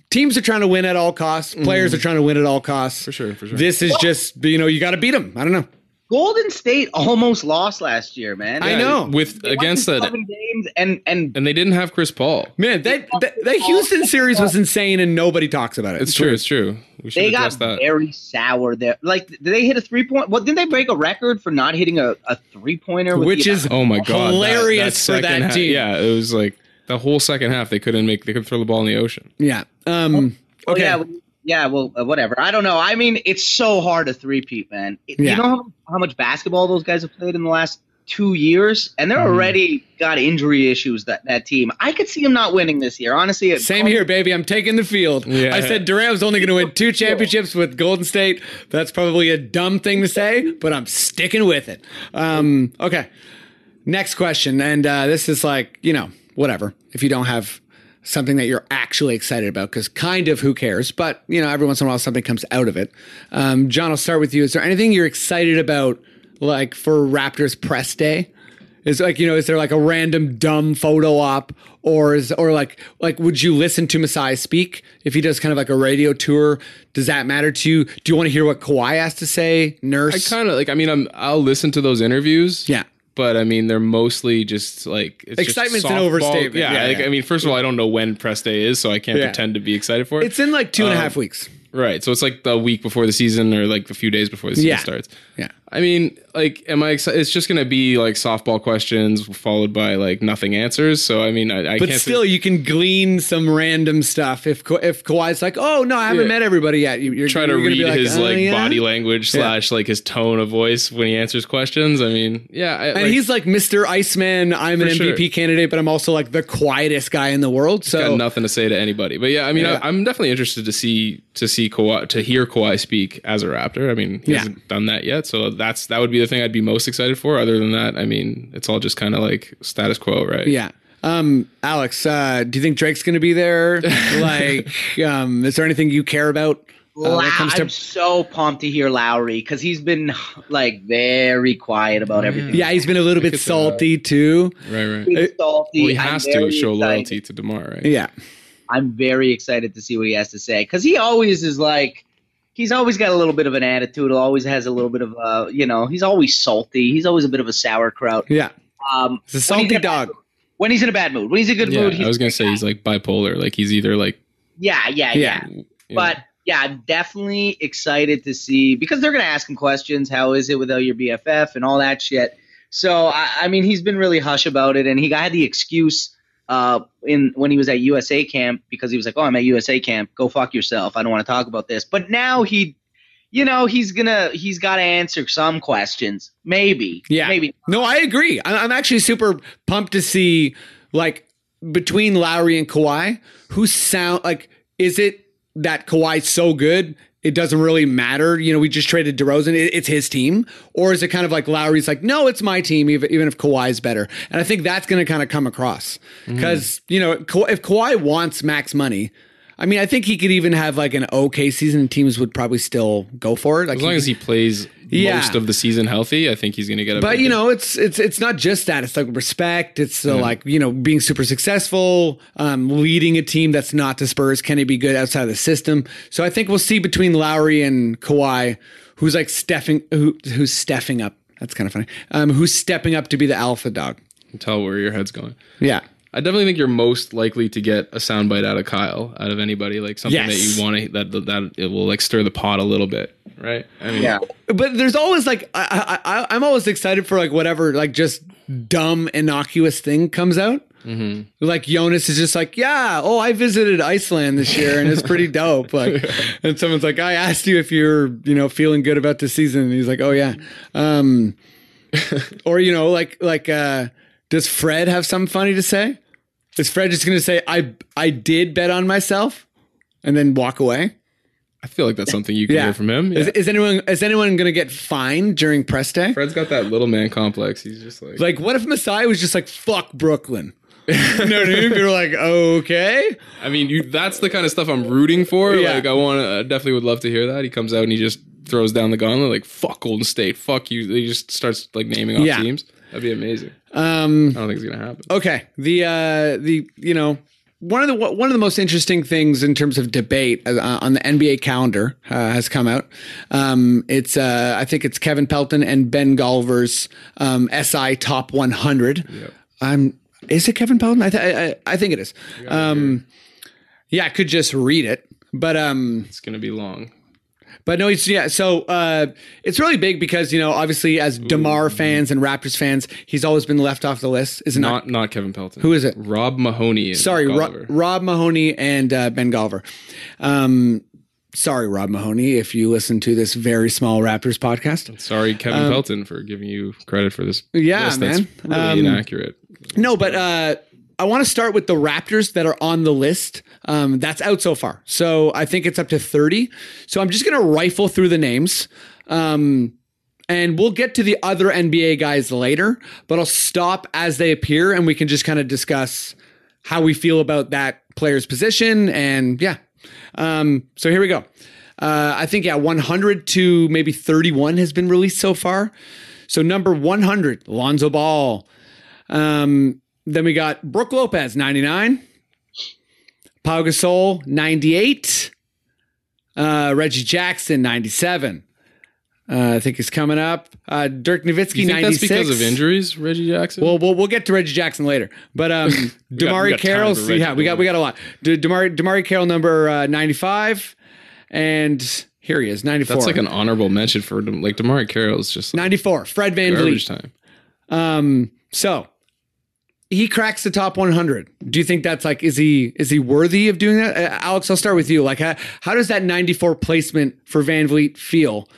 Speaker 4: teams are trying to win at all costs. Players are trying to win at all costs.
Speaker 5: Mm-hmm. For sure, for sure.
Speaker 4: This is just you know you got to beat them. I don't know.
Speaker 6: Golden State almost lost last year, man.
Speaker 4: I know.
Speaker 5: With
Speaker 6: They won
Speaker 5: against
Speaker 6: the
Speaker 5: that
Speaker 6: seven games and and
Speaker 5: and they didn't have Chris Paul.
Speaker 4: Man, that that, that Houston series was insane, and nobody talks about it.
Speaker 5: It's true, it's true. We should
Speaker 6: they
Speaker 5: address that.
Speaker 6: got very sour there. Like did they hit a three point? Well, didn't they break a record for not hitting a, a three pointer?
Speaker 4: Which is
Speaker 5: Oh my god.
Speaker 4: hilarious for
Speaker 5: second
Speaker 4: that
Speaker 5: ha-
Speaker 4: team.
Speaker 5: Yeah, it was like the whole second half they couldn't make they could throw the ball in the ocean.
Speaker 4: Yeah. Um.
Speaker 6: Oh,
Speaker 4: Okay.
Speaker 6: yeah, well, yeah. Well, uh, whatever. I don't know. I mean, it's so hard to three peat, man. It-
Speaker 4: Yeah.
Speaker 6: You know how, how much basketball those guys have played in the last two years, and they're
Speaker 5: Mm-hmm.
Speaker 6: already got injury issues. That that team, I could see them not winning this year. Honestly, it-
Speaker 4: Same here, baby. I'm taking the field.
Speaker 5: Yeah.
Speaker 4: I said Durant was only going to win (laughs) two championships with Golden State. That's probably a dumb thing to say, but I'm sticking with it. Um, okay. Next question. And uh, this is like, you know, whatever. If you don't have something that you're actually excited about, because kind of who cares? But, you know, every once in a while something comes out of it. Um, John, I'll start with you. Is there anything you're excited about, like for Raptors press day? Is like you know, is there like a random dumb photo op, or is or like like would you listen to Masai speak if he does kind of like a radio tour? Does that matter to you? Do you want to hear what Kawhi has to say,
Speaker 5: I
Speaker 4: Nurse?
Speaker 5: kind of like I mean I'm I'll listen to those interviews.
Speaker 4: yeah,
Speaker 5: but I mean, they're mostly just like it's
Speaker 4: Excitement's
Speaker 5: just
Speaker 4: an
Speaker 5: softball.
Speaker 4: overstatement.
Speaker 5: Yeah,
Speaker 4: Yeah,
Speaker 5: like,
Speaker 4: yeah.
Speaker 5: I mean, first of all, I don't know when press day is, so I can't
Speaker 4: Yeah.
Speaker 5: pretend to be excited for it.
Speaker 4: it's in like two
Speaker 5: Um,
Speaker 4: and a half weeks.
Speaker 5: right, so it's like the week before the season, or like a few days before the season
Speaker 4: Yeah.
Speaker 5: starts.
Speaker 4: Yeah,
Speaker 5: I mean, like, am I excited? It's just gonna be like softball questions followed by like nothing answers. So I mean, I, I
Speaker 4: but
Speaker 5: can't
Speaker 4: still, you can glean some random stuff if Ka- if Kawhi's like, oh no, I haven't
Speaker 5: Yeah.
Speaker 4: met everybody yet. You, you're
Speaker 5: try to
Speaker 4: you're gonna
Speaker 5: read
Speaker 4: be
Speaker 5: his
Speaker 4: "Oh,
Speaker 5: like
Speaker 4: yeah?"
Speaker 5: body language slash like his tone of voice when he answers questions. I mean, yeah, I,
Speaker 4: And he's like Mr. Iceman. I'm an
Speaker 5: For sure.
Speaker 4: MVP candidate, but I'm also like the quietest guy in the world. So
Speaker 5: got nothing to say to anybody. But yeah, I mean,
Speaker 4: Yeah.
Speaker 5: I, I'm definitely interested to see to see Kawhi to hear Kawhi speak as a Raptor. I mean, he
Speaker 4: Yeah.
Speaker 5: hasn't done that yet, so that's that would be the thing I'd be most excited for. Other than that, I mean, it's all just kind of like status quo, right?
Speaker 4: Yeah. Um, Alex, uh, do you think Drake's going to be (laughs) there? like, um, is there anything you care about? uh, when it
Speaker 6: Lou-
Speaker 4: comes to-
Speaker 6: I'm so pumped to hear Lowry because he's been like very quiet
Speaker 4: Mm.
Speaker 6: about everything.
Speaker 4: yeah, he's been a little bit
Speaker 5: it's, uh,
Speaker 4: salty too.
Speaker 5: right, right.
Speaker 6: He's
Speaker 5: Well,
Speaker 6: salty.
Speaker 5: he
Speaker 6: I'm
Speaker 5: has
Speaker 6: very
Speaker 5: to show
Speaker 6: excited.
Speaker 5: loyalty to Demar, right?
Speaker 4: Yeah.
Speaker 6: I'm very excited to see what he has to say because he always is like, he's always got a little bit of an attitude. Always has a little bit of a, you know, he's always salty. He's always a bit of a sauerkraut.
Speaker 4: Yeah.
Speaker 6: Um,
Speaker 4: It's a
Speaker 6: when he's
Speaker 4: salty
Speaker 6: in a bad
Speaker 4: dog.
Speaker 6: mood- When he's in a bad mood, when he's in a good
Speaker 5: Yeah,
Speaker 6: mood, he's
Speaker 5: I was gonna say he's like bipolar. Like he's either like,
Speaker 6: yeah,
Speaker 4: Yeah.
Speaker 6: yeah, yeah.
Speaker 5: you
Speaker 6: But yeah, I'm definitely excited to see because they're gonna ask him questions. How is it without your BFF and all that shit? So I, I mean, he's been really hush about it, and he had the excuse uh, in when he was at USA camp because he was like, "Oh, I'm at USA camp. Go fuck yourself. I don't want to talk about this." But now he, you know, he's gonna he's got to answer some questions, maybe.
Speaker 4: Yeah.
Speaker 6: maybe.
Speaker 4: No, I agree. I- I'm actually super pumped to see like between Lowry and Kawhi, who sound like is it that Kawhi's so good it doesn't really matter? You know, we just traded DeRozan; it, it's his team, or is it kind of like Lowry's like, no, it's my team, even even if Kawhi's better? And I think that's going to kind of come across
Speaker 5: Mm-hmm.
Speaker 4: because you know Ka- if Kawhi wants max money. I mean, I think he could even have like an okay season. and Teams would probably still go for it. Like
Speaker 5: As long
Speaker 4: he-
Speaker 5: as he plays
Speaker 4: Yeah.
Speaker 5: most of the season healthy, I think he's gonna get a.
Speaker 4: but
Speaker 5: big
Speaker 4: you
Speaker 5: deal.
Speaker 4: know it's it's it's not just that it's like respect it's the like you know being super successful um leading a team that's not the Spurs can he be good outside of the system so I think we'll see between Lowry and Kawhi who's like stepping who who's stepping up that's kind of funny um who's stepping up to be the alpha dog
Speaker 5: You can tell where your head's going.
Speaker 4: yeah
Speaker 5: I definitely think you're most likely to get a soundbite out of Kyle, out of anybody, like something
Speaker 4: Yes.
Speaker 5: that you want to that that it will like stir the pot a little bit, right? I mean,
Speaker 6: Yeah.
Speaker 4: but there's always like I, I I- I'm always excited for like whatever like just dumb innocuous thing comes out. Like Jonas is just like, yeah, oh, I visited Iceland this year and it's pretty dope. Like, and someone's like, I asked you if you're you know feeling good about the season, and he's like, oh yeah, um, or you know like like uh, does Fred have something funny to say? Is Fred just gonna say I I did bet on myself and then walk away?
Speaker 5: I feel like that's something you can
Speaker 4: Yeah.
Speaker 5: hear from him.
Speaker 4: Is,
Speaker 5: Yeah.
Speaker 4: is anyone is anyone gonna get fined during press day?
Speaker 5: Fred's got that little man complex. He's just like,
Speaker 4: Like, what if Masai was just like, fuck Brooklyn? (laughs) you know what I mean? People are like, okay.
Speaker 5: I mean, you that's the kind of stuff I'm rooting for.
Speaker 4: Yeah.
Speaker 5: Like, I want to definitely would love to hear that. He comes out and he just throws down the gauntlet, like fuck Golden State, fuck you. He just starts like naming off
Speaker 4: Yeah.
Speaker 5: teams. That'd be amazing.
Speaker 4: Um,
Speaker 5: I don't think it's gonna happen.
Speaker 4: okay. The uh, the you know one of the one of the most interesting things in terms of debate uh, on the NBA calendar uh, has come out. Um, it's uh, I think it's Kevin Pelton and Ben Golver's um, SI Top 100. I'm is it Kevin Pelton? I, th- I, I I think it is. Um, yeah, I could just read it, but um,
Speaker 5: It's gonna be long.
Speaker 4: But no, it's yeah. So uh, it's really big because you know, obviously, as Demar
Speaker 5: mm-hmm.
Speaker 4: fans and Raptors fans, he's always been left off the list. Is it not?
Speaker 5: Not not Kevin Pelton.
Speaker 4: Who is it?
Speaker 5: Rob Mahoney. and
Speaker 4: Sorry, Ro-
Speaker 5: Golliver.
Speaker 4: Rob Mahoney and uh, Ben Golver. Um, sorry, Rob Mahoney, if you listen to this very small Raptors podcast.
Speaker 5: Sorry, Kevin Pelton, for giving you credit for this.
Speaker 4: Um, Yeah,
Speaker 5: list.
Speaker 4: man.
Speaker 5: That's really
Speaker 4: Um,
Speaker 5: inaccurate.
Speaker 4: No, but uh, I want to start with the Raptors that are on the list. Um, that's out so far. So I think it's up to 30. So I'm just going to rifle through the names. Um, and we'll get to the other NBA guys later, but I'll stop as they appear and we can just kind of discuss how we feel about that player's position. And yeah. Um, so here we go. Uh, I think, yeah, 100 to maybe 31 has been released so far. So number 100, Lonzo Ball. Um, then we got Brooke Lopez, 99. Pau Gasol, 98. Uh, Reggie Jackson, 97. Uh, I think he's coming up. Uh, Dirk Nowitzki,
Speaker 5: You think
Speaker 4: 96.
Speaker 5: that's because of injuries, Reggie Jackson?
Speaker 4: Well, we'll we'll get to Reggie Jackson later, but um,
Speaker 3: (laughs) we
Speaker 4: Damari
Speaker 3: got time
Speaker 4: Carroll.
Speaker 3: for Reggie,
Speaker 4: Yeah, we got we got a lot. D- Damari Damari Carroll number uh, ninety five, and here he is ninety four.
Speaker 5: that's like an honorable mention for them. like Damari Carroll is just like
Speaker 4: ninety four. Fred Van
Speaker 5: garbage
Speaker 4: Vliet.
Speaker 5: time.
Speaker 4: Um, so he cracks the top one hundred. Do you think that's like is he is he worthy of doing that? Uh, Alex, I'll start with you. Like, how, how does that ninety four placement for Van Vliet feel?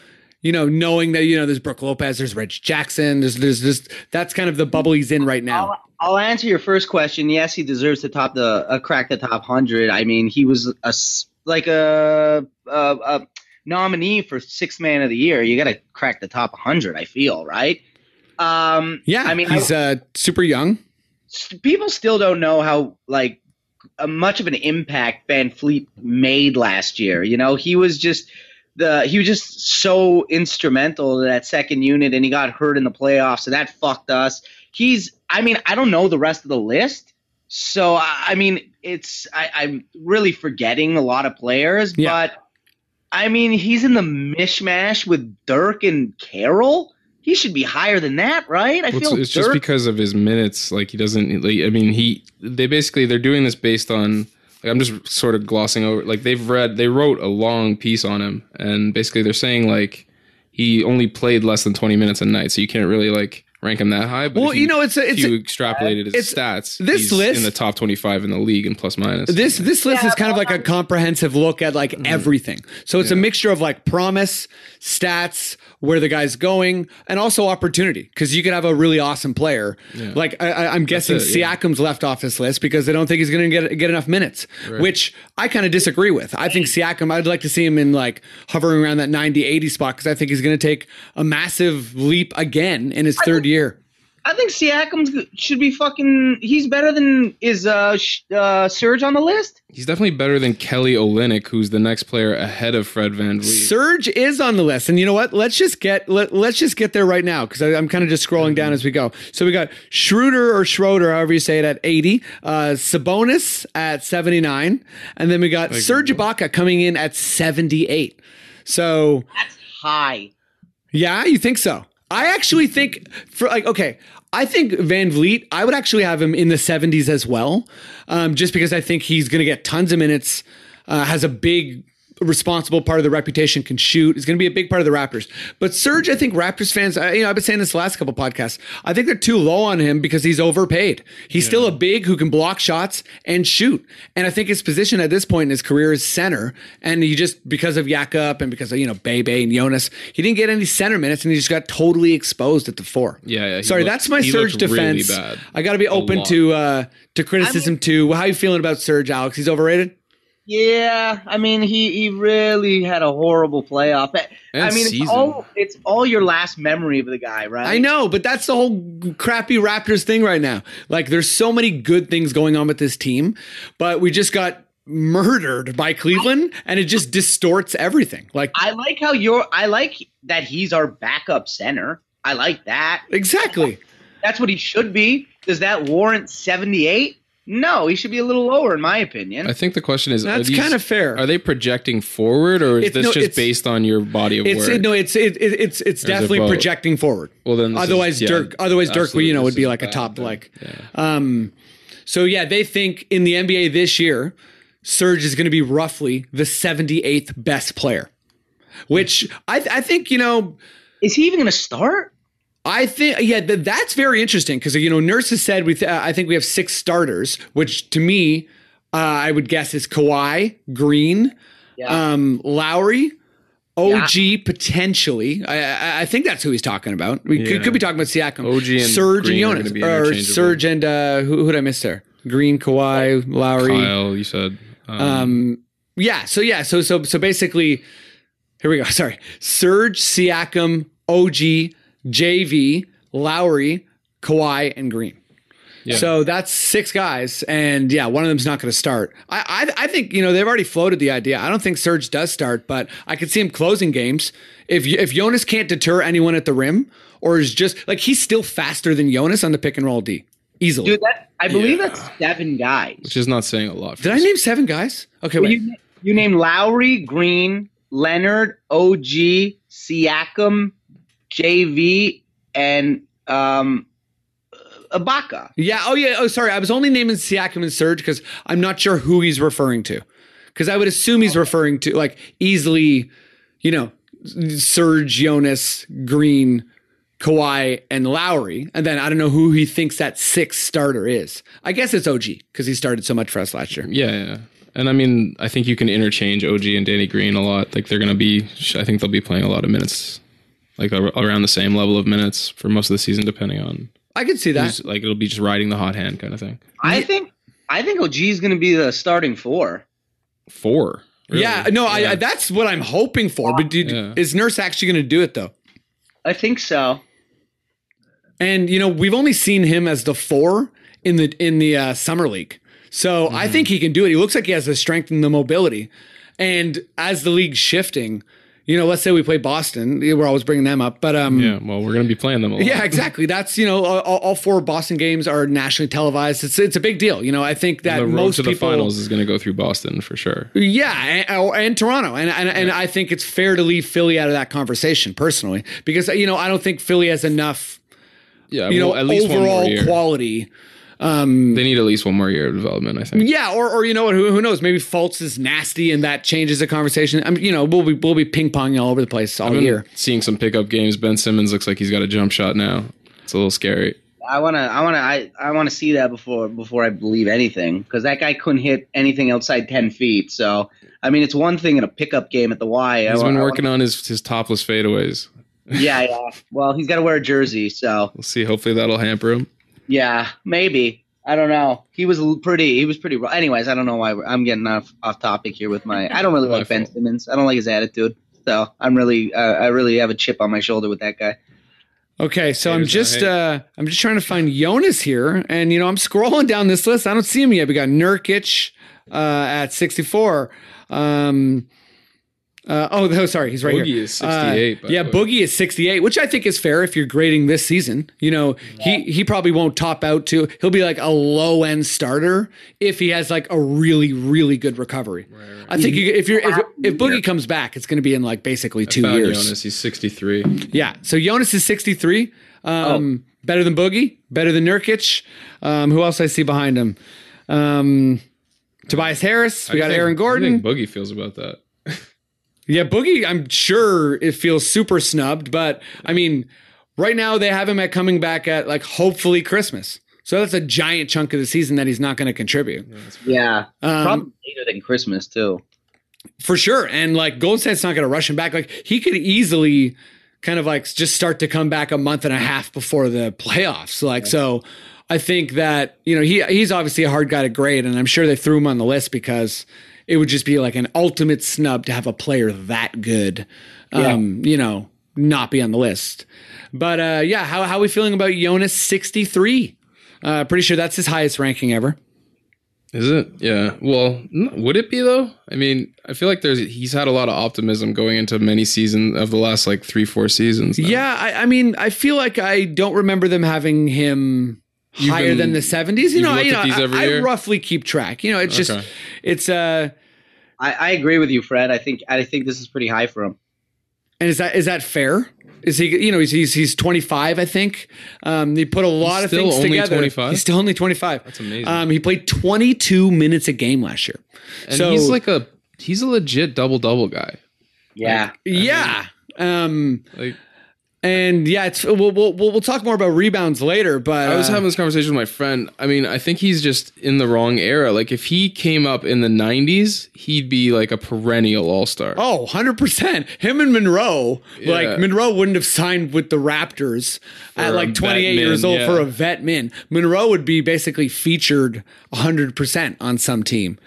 Speaker 4: You know, knowing that you know there's Brooke Lopez, there's Reggie Jackson, there's there's just that's kind of the bubble he's in right now.
Speaker 6: I'll answer your first question. Yes, he deserves to top the uh, crack the top hundred. I mean, he was a s- like a, a, a nominee for sixth man of the year. You got to crack the top hundred. I feel right. Um,
Speaker 4: Yeah,
Speaker 6: I mean, I-
Speaker 4: he's uh, super young.
Speaker 6: s- people still don't know how like uh, much of an impact Van Fleet made last year. You know, he was just the he was just so instrumental to that second unit, and he got hurt in the playoffs, and that fucked us. He's, I mean, I don't know the rest of the list, so I, I mean, it's I, I'm really forgetting a lot of players,
Speaker 4: Yeah.
Speaker 6: but I mean, he's in the mishmash with Dirk and Carroll. He should be higher than that, right? I
Speaker 5: Well, it's,
Speaker 6: feel
Speaker 5: it's just
Speaker 6: Dirk-
Speaker 5: because of his minutes. Like he doesn't. Like, I mean, he. They basically they're doing this based on. Like, I'm just sort of glossing over. Like they've read. They wrote a long piece on him, and basically they're saying like he only played less than 20 minutes a night, so you can't really like rank him that high. But
Speaker 4: Well,
Speaker 5: if
Speaker 4: you know, it's a,
Speaker 5: if
Speaker 4: it's
Speaker 5: you
Speaker 4: a,
Speaker 5: extrapolated his
Speaker 4: it's-
Speaker 5: stats.
Speaker 4: this
Speaker 5: he's
Speaker 4: list-
Speaker 5: in the top 25 in the league and plus minus.
Speaker 4: this this list is kind of like a comprehensive look at like
Speaker 5: Mm-hmm.
Speaker 4: everything. So it's a mixture of like promise, stats, where the guy's going, and also opportunity because you could have a really awesome player. Like I, I, I'm guessing
Speaker 5: it, yeah.
Speaker 4: Siakam's left off this list because they don't think he's going to get get enough minutes, which I kind of disagree with. I think Siakam. I'd like to see him in like hovering around that 90 80 spot because I think he's going to take a massive leap again in his third year.
Speaker 6: I think Siakam should be fucking. He's better than is uh, Sh- uh Surge on the list.
Speaker 5: He's definitely better than Kelly Olynyk, who's the next player ahead of Fred Van Vliet.
Speaker 4: Surge is on the list, and you know what? Let's just get let, let's just get there right now because I'm kind of just scrolling down as we go. So we got Schroeder or Schroeder, however you say it, at 80, uh, Sabonis at 79, and then we got Serge Ibaka coming in at 78. So
Speaker 6: High.
Speaker 4: yeah, you think so? I actually think for like okay, I think Van Vliet. I would actually have him in the seventies as well, um, just because I think he's going to get tons of minutes. Uh, has a big responsible part of the reputation. Can shoot. Is going to be a big part of the Raptors. But Serge, I think Raptors fans. I, you know, I've been saying this the last couple podcasts. I think they're too low on him because he's overpaid. He's still a big who can block shots and shoot. And I think his position at this point in his career is center. And he just because of Yakup and because of you know Bebe and Jonas, he didn't get any center minutes, and he just got totally exposed at the four.
Speaker 5: Yeah, yeah, he
Speaker 4: Sorry,
Speaker 5: looked-
Speaker 4: that's my
Speaker 5: he
Speaker 4: Surge
Speaker 5: looked really
Speaker 4: defense.
Speaker 5: bad.
Speaker 4: I got to be open
Speaker 5: lot.
Speaker 4: to uh to criticism too. How you feeling about Surge, Alex? He's overrated.
Speaker 6: Yeah, I mean he he really had a horrible playoff. I- I
Speaker 5: And
Speaker 6: mean
Speaker 5: season.
Speaker 6: it's all it's all your last memory of the guy, right?
Speaker 4: I know, but that's the whole crappy Raptors thing right now. Like, there's so many good things going on with this team, but we just got murdered by Cleveland, and it just distorts everything. Like
Speaker 6: I like how you're. I like that he's our backup center. I like that.
Speaker 4: exactly.
Speaker 6: That's what he should be. Does that warrant 78? No, he should be a little lower, in my opinion.
Speaker 5: I think the question is:
Speaker 4: That's
Speaker 5: are these-
Speaker 4: kind of fair.
Speaker 5: Are they projecting forward, or is
Speaker 4: It's-
Speaker 5: this
Speaker 4: no,
Speaker 5: just
Speaker 4: it's-
Speaker 5: based on your body of
Speaker 4: It's
Speaker 5: work?
Speaker 4: it, no, it's it, it, it's it's
Speaker 5: There's a
Speaker 4: definitely
Speaker 5: vote.
Speaker 4: projecting forward.
Speaker 5: well, then, this is-
Speaker 4: otherwise,
Speaker 5: yeah,
Speaker 4: Dirk, otherwise Dirk,
Speaker 5: absolutely,
Speaker 4: you know, would
Speaker 5: this
Speaker 4: be
Speaker 5: is
Speaker 4: like a
Speaker 5: bad,
Speaker 4: top
Speaker 5: then.
Speaker 4: like.
Speaker 5: Yeah.
Speaker 4: Um, so yeah, they think in the NBA this year, Serge is going to be roughly the 78th best player, which I, I think you know.
Speaker 6: is he even going to start?
Speaker 4: I think yeah, th- that's very interesting because you know Nurse has said we th- uh, I think we have six starters, which to me uh, I would guess is Kawhi, Green,
Speaker 6: Yeah.
Speaker 4: um, Lowry, OG potentially. I, I I think that's who he's talking about. We
Speaker 5: Yeah.
Speaker 4: could, could be talking about Siakam,
Speaker 5: OG and
Speaker 4: Serge
Speaker 5: Green are
Speaker 4: and
Speaker 5: gonna be
Speaker 4: Jonas, or
Speaker 5: interchangeable.
Speaker 4: Serge and uh, who who'd I miss there? Green, Kawhi, Lowry.
Speaker 5: Kyle, you said. Um,
Speaker 4: Um, yeah. So yeah. So so so basically, here we go. (laughs) Sorry, Serge, Siakam, OG, JV, Lowry, Kawhi, and Green.
Speaker 5: Yeah.
Speaker 4: So that's six guys, and yeah, one of them's not going to start. I, I I think you know they've already floated the idea. I don't think Serge does start, but I could see him closing games if if Jonas can't deter anyone at the rim, or is just like he's still faster than Jonas on the pick and roll D easily.
Speaker 6: Dude, that I believe
Speaker 5: Yeah.
Speaker 6: that's seven guys.
Speaker 5: which is not saying a lot. For
Speaker 4: Did I
Speaker 5: this-
Speaker 4: name seven guys? Okay, wait.
Speaker 6: You, you name Lowry, Green, Leonard, OG, Siakam, JV, and um, Ibaka.
Speaker 4: Yeah. Oh, yeah. Oh, sorry. I was only naming Siakam and Serge because I'm not sure who he's referring to. Because I would assume he's referring to like easily, you know, Serge, Jonas, Green, Kawhi, and Lowry. And then I don't know who he thinks that sixth starter is. I guess it's OG because he started so much for us last year.
Speaker 5: Yeah, yeah. And I mean, I think you can interchange OG and Danny Green a lot. Like they're going to be, I think they'll be playing a lot of minutes, like ar- around the same level of minutes for most of the season, depending on
Speaker 4: I could see that.
Speaker 5: who's, like it'll be just riding the hot hand kind of thing.
Speaker 6: I think I think OG is going to be the starting four.
Speaker 5: Four. really.
Speaker 4: Yeah. No, I, I, that's what I'm hoping for. But dude,
Speaker 5: Yeah.
Speaker 4: is Nurse actually going to do it though?
Speaker 6: I think so.
Speaker 4: And you know, we've only seen him as the four in the in the uh, summer league. So I think he can do it. He looks like he has the strength and the mobility. And as the league's shifting, you know, let's say we play Boston. We're always bringing them up, but um,
Speaker 5: yeah. Well, we're going to be playing them a lot.
Speaker 4: yeah, exactly. That's you know, all, all four Boston games are nationally televised. It's it's a big deal. You know, I think that
Speaker 5: The road
Speaker 4: most
Speaker 5: to the
Speaker 4: people.
Speaker 5: finals is going to go through Boston for sure.
Speaker 4: Yeah, and, oh, and Toronto, and and, and I think it's fair to leave Philly out of that conversation personally, because you know I don't think Philly has enough
Speaker 5: Yeah.
Speaker 4: you know
Speaker 5: well, at least one more
Speaker 4: overall
Speaker 5: year.
Speaker 4: quality.
Speaker 5: they need at least one more year of development. I think.
Speaker 4: Yeah, or or you know what? Who, who knows? Maybe Fultz is nasty, and that changes the conversation. I mean, you know, we'll be we'll be ping ponging all over the place all
Speaker 5: I've
Speaker 4: year.
Speaker 5: been seeing some pickup games. Ben Simmons looks like he's got a jump shot now. It's a little scary.
Speaker 4: Oh,
Speaker 6: I wanna, I wanna, I, I wanna see that before before I believe anything because that guy couldn't hit anything outside ten feet. So I mean, it's one thing in a pickup game at the Y. I
Speaker 5: He's
Speaker 6: wa-
Speaker 5: been
Speaker 6: I
Speaker 5: working on his his topless fadeaways.
Speaker 6: wanna- yeah, yeah. Well, he's got to wear a jersey, so
Speaker 5: We'll see. Hopefully that'll hamper him.
Speaker 6: yeah, maybe. I don't know. He was l- pretty. He was pretty. ro- Anyways, I don't know why we're, I'm getting off off topic here with my. I don't really
Speaker 5: My
Speaker 6: like Ben
Speaker 5: fault.
Speaker 6: Simmons. I don't like his attitude. So I'm really, uh, I really have a chip on my shoulder with that guy.
Speaker 4: Okay, so I'm
Speaker 5: Haters
Speaker 4: just
Speaker 5: gonna
Speaker 4: uh I'm just trying to find Jonas here, and you know I'm scrolling down this list. I don't see him yet. We got Nurkic uh, at 64. Um, uh, oh, no, sorry, he's right
Speaker 5: Boogie
Speaker 4: here.
Speaker 5: is
Speaker 4: Uh,
Speaker 5: 68, by the
Speaker 4: yeah,
Speaker 5: way.
Speaker 4: Boogie is 68, which I think is fair if you're grading this season. You know, he he probably won't top out to. He'll be like a low end starter if he has like a really really good recovery. I think you, if you're if, if Boogie comes back, it's going to be in like basically two
Speaker 5: Found
Speaker 4: years.
Speaker 5: Jonas, he's 63.
Speaker 4: Yeah. So Jonas is 63. Um, Better than Boogie. Better than Nurkic. Um, who else I see behind him? Um, Tobias Harris. We
Speaker 5: I
Speaker 4: got
Speaker 5: think-
Speaker 4: Aaron
Speaker 5: I think
Speaker 4: Gordon.
Speaker 5: Boogie feels about that.
Speaker 4: yeah, Boogie, I'm sure it feels super snubbed, but I mean, right now they have him at coming back at like hopefully Christmas. So that's a giant chunk of the season that he's not going to contribute.
Speaker 6: Yeah,
Speaker 4: Um,
Speaker 6: probably later than Christmas too.
Speaker 4: for sure. And like Gold State's not going to rush him back. Like he could easily kind of like just start to come back a month and a half before the playoffs. Like so, I think that you know he he's obviously a hard guy to grade, and I'm sure they threw him on the list because it would just be like an ultimate snub to have a player that good, um, you know, not be on the list. But uh, yeah, how how we feeling about Jonas 63? Uh, pretty sure that's his highest ranking ever.
Speaker 5: Is it? Yeah. Well, n- would it be though? I mean, I feel like there's he's had a lot of optimism going into many seasons of the last like three, four seasons. now.
Speaker 4: Yeah, I, I mean, I feel like I don't remember them having him
Speaker 5: You've
Speaker 4: higher
Speaker 5: been-
Speaker 4: than the seventies. You
Speaker 5: you've
Speaker 4: know, I,
Speaker 5: looked
Speaker 4: you know,
Speaker 5: at these every
Speaker 4: I, I
Speaker 5: year?
Speaker 4: roughly keep track. You know, it's
Speaker 5: Okay.
Speaker 4: just it's uh,
Speaker 6: I, I agree with you, Fred. I think I think this is pretty high for him.
Speaker 4: and is that is that fair? Is he? You know, he's he's, he's twenty five. I think um, he put a lot of
Speaker 5: still
Speaker 4: things
Speaker 5: only
Speaker 4: together.
Speaker 5: 25?
Speaker 4: He's still only twenty five.
Speaker 5: That's amazing.
Speaker 4: Um, he played twenty two minutes a game last year.
Speaker 5: and
Speaker 4: so-
Speaker 5: he's like a he's a legit double double guy.
Speaker 6: Yeah.
Speaker 4: yeah. um,
Speaker 5: Like
Speaker 4: And yeah, it's we'll we'll, we'll we'll talk more about rebounds later. But
Speaker 5: I was
Speaker 4: uh,
Speaker 5: having this conversation with my friend. I mean, I think he's just in the wrong era. Like if he came up in the '90s, he'd be like a perennial all star.
Speaker 4: oh 100 percent him and Monroe.
Speaker 5: Yeah.
Speaker 4: Like Monroe wouldn't have signed with the Raptors
Speaker 5: a
Speaker 4: at like 28
Speaker 5: vet min,
Speaker 4: years old
Speaker 5: yeah.
Speaker 4: for a vet min. Monroe would be basically featured 100 percent on some team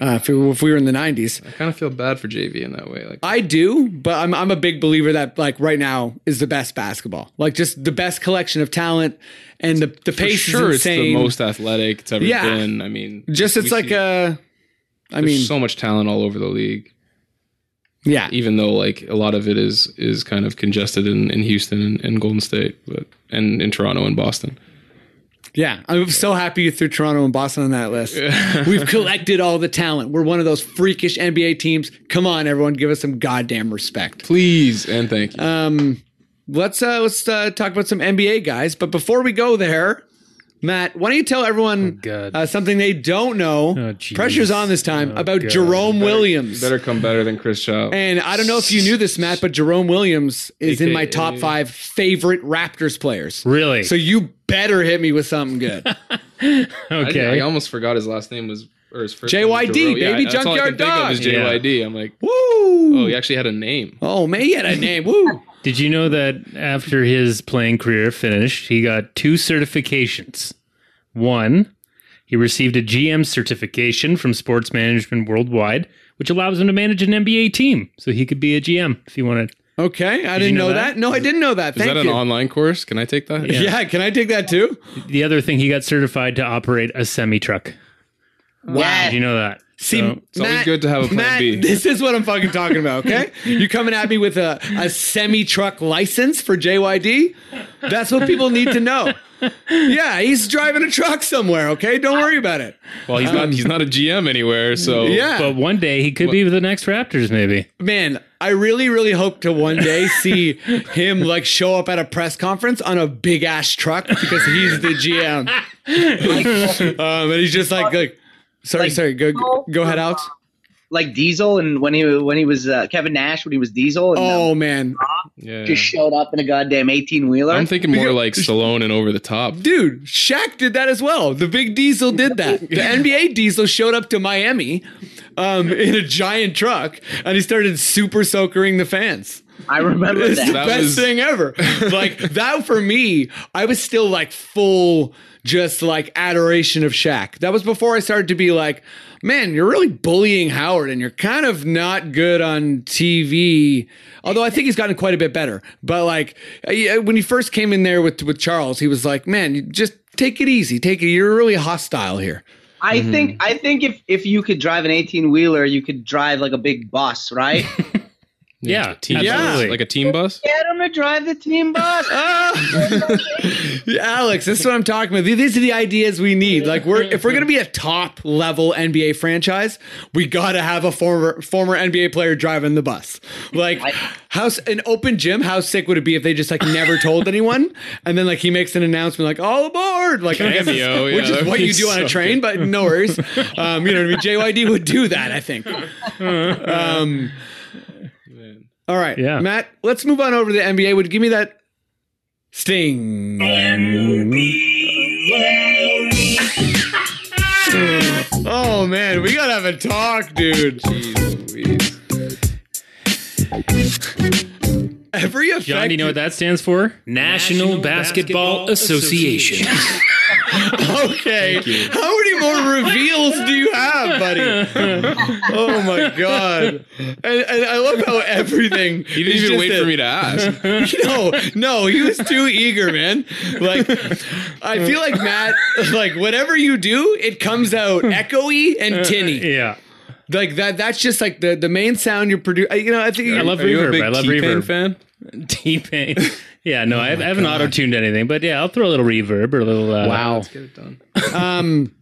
Speaker 4: uh, if, we, if we were in the 90s.
Speaker 5: I kind of feel bad for JV in that way. Like
Speaker 4: I do, but I'm I'm a big believer that like right now is the best basketball. Like just the best collection of talent and the the
Speaker 5: for
Speaker 4: pace
Speaker 5: sure,
Speaker 4: is
Speaker 5: it's
Speaker 4: insane.
Speaker 5: the most athletic it's ever
Speaker 4: Yeah.
Speaker 5: been. I mean,
Speaker 4: just
Speaker 5: we
Speaker 4: it's like
Speaker 5: see-
Speaker 4: a I
Speaker 5: there's
Speaker 4: mean,
Speaker 5: so much talent all over the league.
Speaker 4: yeah.
Speaker 5: even though like a lot of it is is kind of congested in, in Houston and, and Golden State, but and in Toronto and Boston.
Speaker 4: Yeah, I'm so happy you threw Toronto and Boston on
Speaker 3: (laughs)
Speaker 4: that list. We've collected all the talent. We're one of those freakish NBA teams. Come on, everyone, give us some goddamn respect. Um,
Speaker 5: Please and thank
Speaker 4: Uh,
Speaker 5: you.
Speaker 4: Let's uh, let's uh, talk about some NBA guys. But before we go there, Matt, why don't you tell everyone
Speaker 3: Oh, God.
Speaker 4: uh, something they don't know?
Speaker 3: Oh, geez.
Speaker 4: Pressure's on this time
Speaker 3: Oh,
Speaker 4: about
Speaker 3: God.
Speaker 4: Jerome Williams.
Speaker 5: better come better than Chris Chow.
Speaker 4: And I don't know if you knew this, Matt, but Jerome Williams is in my
Speaker 5: AKA.
Speaker 4: top five favorite Raptors players.
Speaker 3: Really?
Speaker 4: So you better hit me with
Speaker 3: (laughs)
Speaker 4: something good.
Speaker 5: I,
Speaker 3: okay.
Speaker 5: I almost forgot his last name was or his first
Speaker 4: JYD,
Speaker 5: name was Jerome.
Speaker 4: baby,
Speaker 5: that's all I
Speaker 4: junkyard
Speaker 5: can think of
Speaker 4: dog.
Speaker 5: is JYD. I'm like,
Speaker 4: Woo!
Speaker 5: oh, he actually had a name.
Speaker 4: Oh man, he had a name. Woo!
Speaker 3: Did you know that after his playing career finished, he got two certifications? One, he received a GM certification from Sports Management Worldwide, which allows him to manage an NBA team. So he could be a GM if he wanted.
Speaker 4: Okay, I didn't
Speaker 3: know
Speaker 4: know, that?
Speaker 3: that?
Speaker 4: No, I didn't know that.
Speaker 5: Is
Speaker 4: Thank
Speaker 5: that an
Speaker 4: you.
Speaker 5: online course? Can I take that?
Speaker 4: yeah. can I take that too?
Speaker 3: The other thing, he got certified to operate a semi truck.
Speaker 6: Yeah.
Speaker 3: Did you know that?
Speaker 4: See,
Speaker 3: So-
Speaker 5: it's always good to have a plan
Speaker 4: Matt,
Speaker 5: B.
Speaker 4: (laughs) This is what I'm fucking talking about.
Speaker 5: (laughs)
Speaker 4: Okay, you coming at me with a, a semi truck license for JYD? That's what people need to
Speaker 5: (laughs)
Speaker 4: know. Yeah, he's driving a truck somewhere. Okay, don't worry about it.
Speaker 5: Well, he's not he's not a GM anywhere,
Speaker 4: (laughs)
Speaker 5: so
Speaker 4: Yeah,
Speaker 3: but one day he could be the next Raptors, maybe.
Speaker 4: man, I really, really hope to one day see him like show up at a press conference on a big ass truck because he's the GM. um, and he's just like, like sorry,
Speaker 6: Like-
Speaker 4: sorry, go go- go ahead, Alex.
Speaker 6: Like Diesel, and when he when he was uh, Kevin Nash, when he was Diesel, and um,
Speaker 4: Oh man,
Speaker 5: yeah.
Speaker 6: just showed up in a goddamn eighteen wheeler.
Speaker 5: I'm thinking more like Stallone and over the top.
Speaker 4: dude, Shaq did that as well. The Big Diesel did that. The NBA Diesel showed up to Miami um, in a giant truck, and he started super soakering the fans.
Speaker 6: I remember
Speaker 4: It's the
Speaker 6: that.
Speaker 5: That
Speaker 4: best
Speaker 5: was-
Speaker 4: thing
Speaker 5: (laughs)
Speaker 4: ever. Like that for me, I was still like full, just like adoration of Shaq. That was before I started to be like, man, you're really bullying Howard, and you're kind of not good on TV. Although I think he's gotten quite a bit better. But like I- when he first came in there with with Charles, he was like, man, you just take it easy. Take it. You're really hostile here.
Speaker 6: I
Speaker 4: Mm-hmm.
Speaker 6: think I think if if you could drive an eighteen wheeler, you could drive like a big
Speaker 4: (laughs)
Speaker 6: bus, right?
Speaker 3: Yeah.
Speaker 5: Team
Speaker 3: absolutely.
Speaker 5: bus, like a team bus.
Speaker 6: Get him to drive the
Speaker 4: (laughs)
Speaker 6: team bus.
Speaker 4: Yeah, Alex, this is what I'm talking about. These are the ideas we need. Like we're if we're gonna be a top level NBA franchise, we gotta have a former former NBA player driving the bus. Like how an open gym, how sick would it be if they just like never told anyone? And then like he makes an announcement like all aboard, like I guess it's-
Speaker 5: Cameo, yeah,
Speaker 4: which
Speaker 5: that'd
Speaker 4: is what
Speaker 5: be
Speaker 4: you do on a
Speaker 5: so
Speaker 4: train, but no worries. Um, you know what I mean? JYD would do that, I think.
Speaker 5: (laughs)
Speaker 4: Um all right,
Speaker 3: Yeah.
Speaker 4: Matt. Let's move on over to the NBA. Would you give me that sting? Oh man, we gotta have a talk, dude.
Speaker 5: Jeez Louise.
Speaker 4: Every effect.
Speaker 3: John, do you know what that stands for? National, Basketball, Association. (laughs)
Speaker 4: (laughs) Okay. How many more reveals do you have,
Speaker 5: (laughs)
Speaker 4: buddy? Oh my god! And, and I love how everything.
Speaker 5: You didn't even wait for me to
Speaker 4: (laughs)
Speaker 5: ask.
Speaker 4: no, no, he was too eager, man. Like, I feel like Matt, like whatever you do, it comes out echoey and
Speaker 5: (laughs)
Speaker 4: tinny.
Speaker 3: yeah.
Speaker 4: Like that. That's just like the the main sound you're producing. You know, I think
Speaker 3: I love
Speaker 5: Are you a
Speaker 3: reverb.
Speaker 5: big
Speaker 3: I love
Speaker 5: T-Pain
Speaker 3: reverb.
Speaker 5: fan? Oh,
Speaker 3: T Pain. (laughs) Yeah, no, I, I haven't auto tuned anything, but yeah, I'll throw a little reverb or a little. Uh,
Speaker 4: Wow.
Speaker 5: Let's get it done.
Speaker 4: um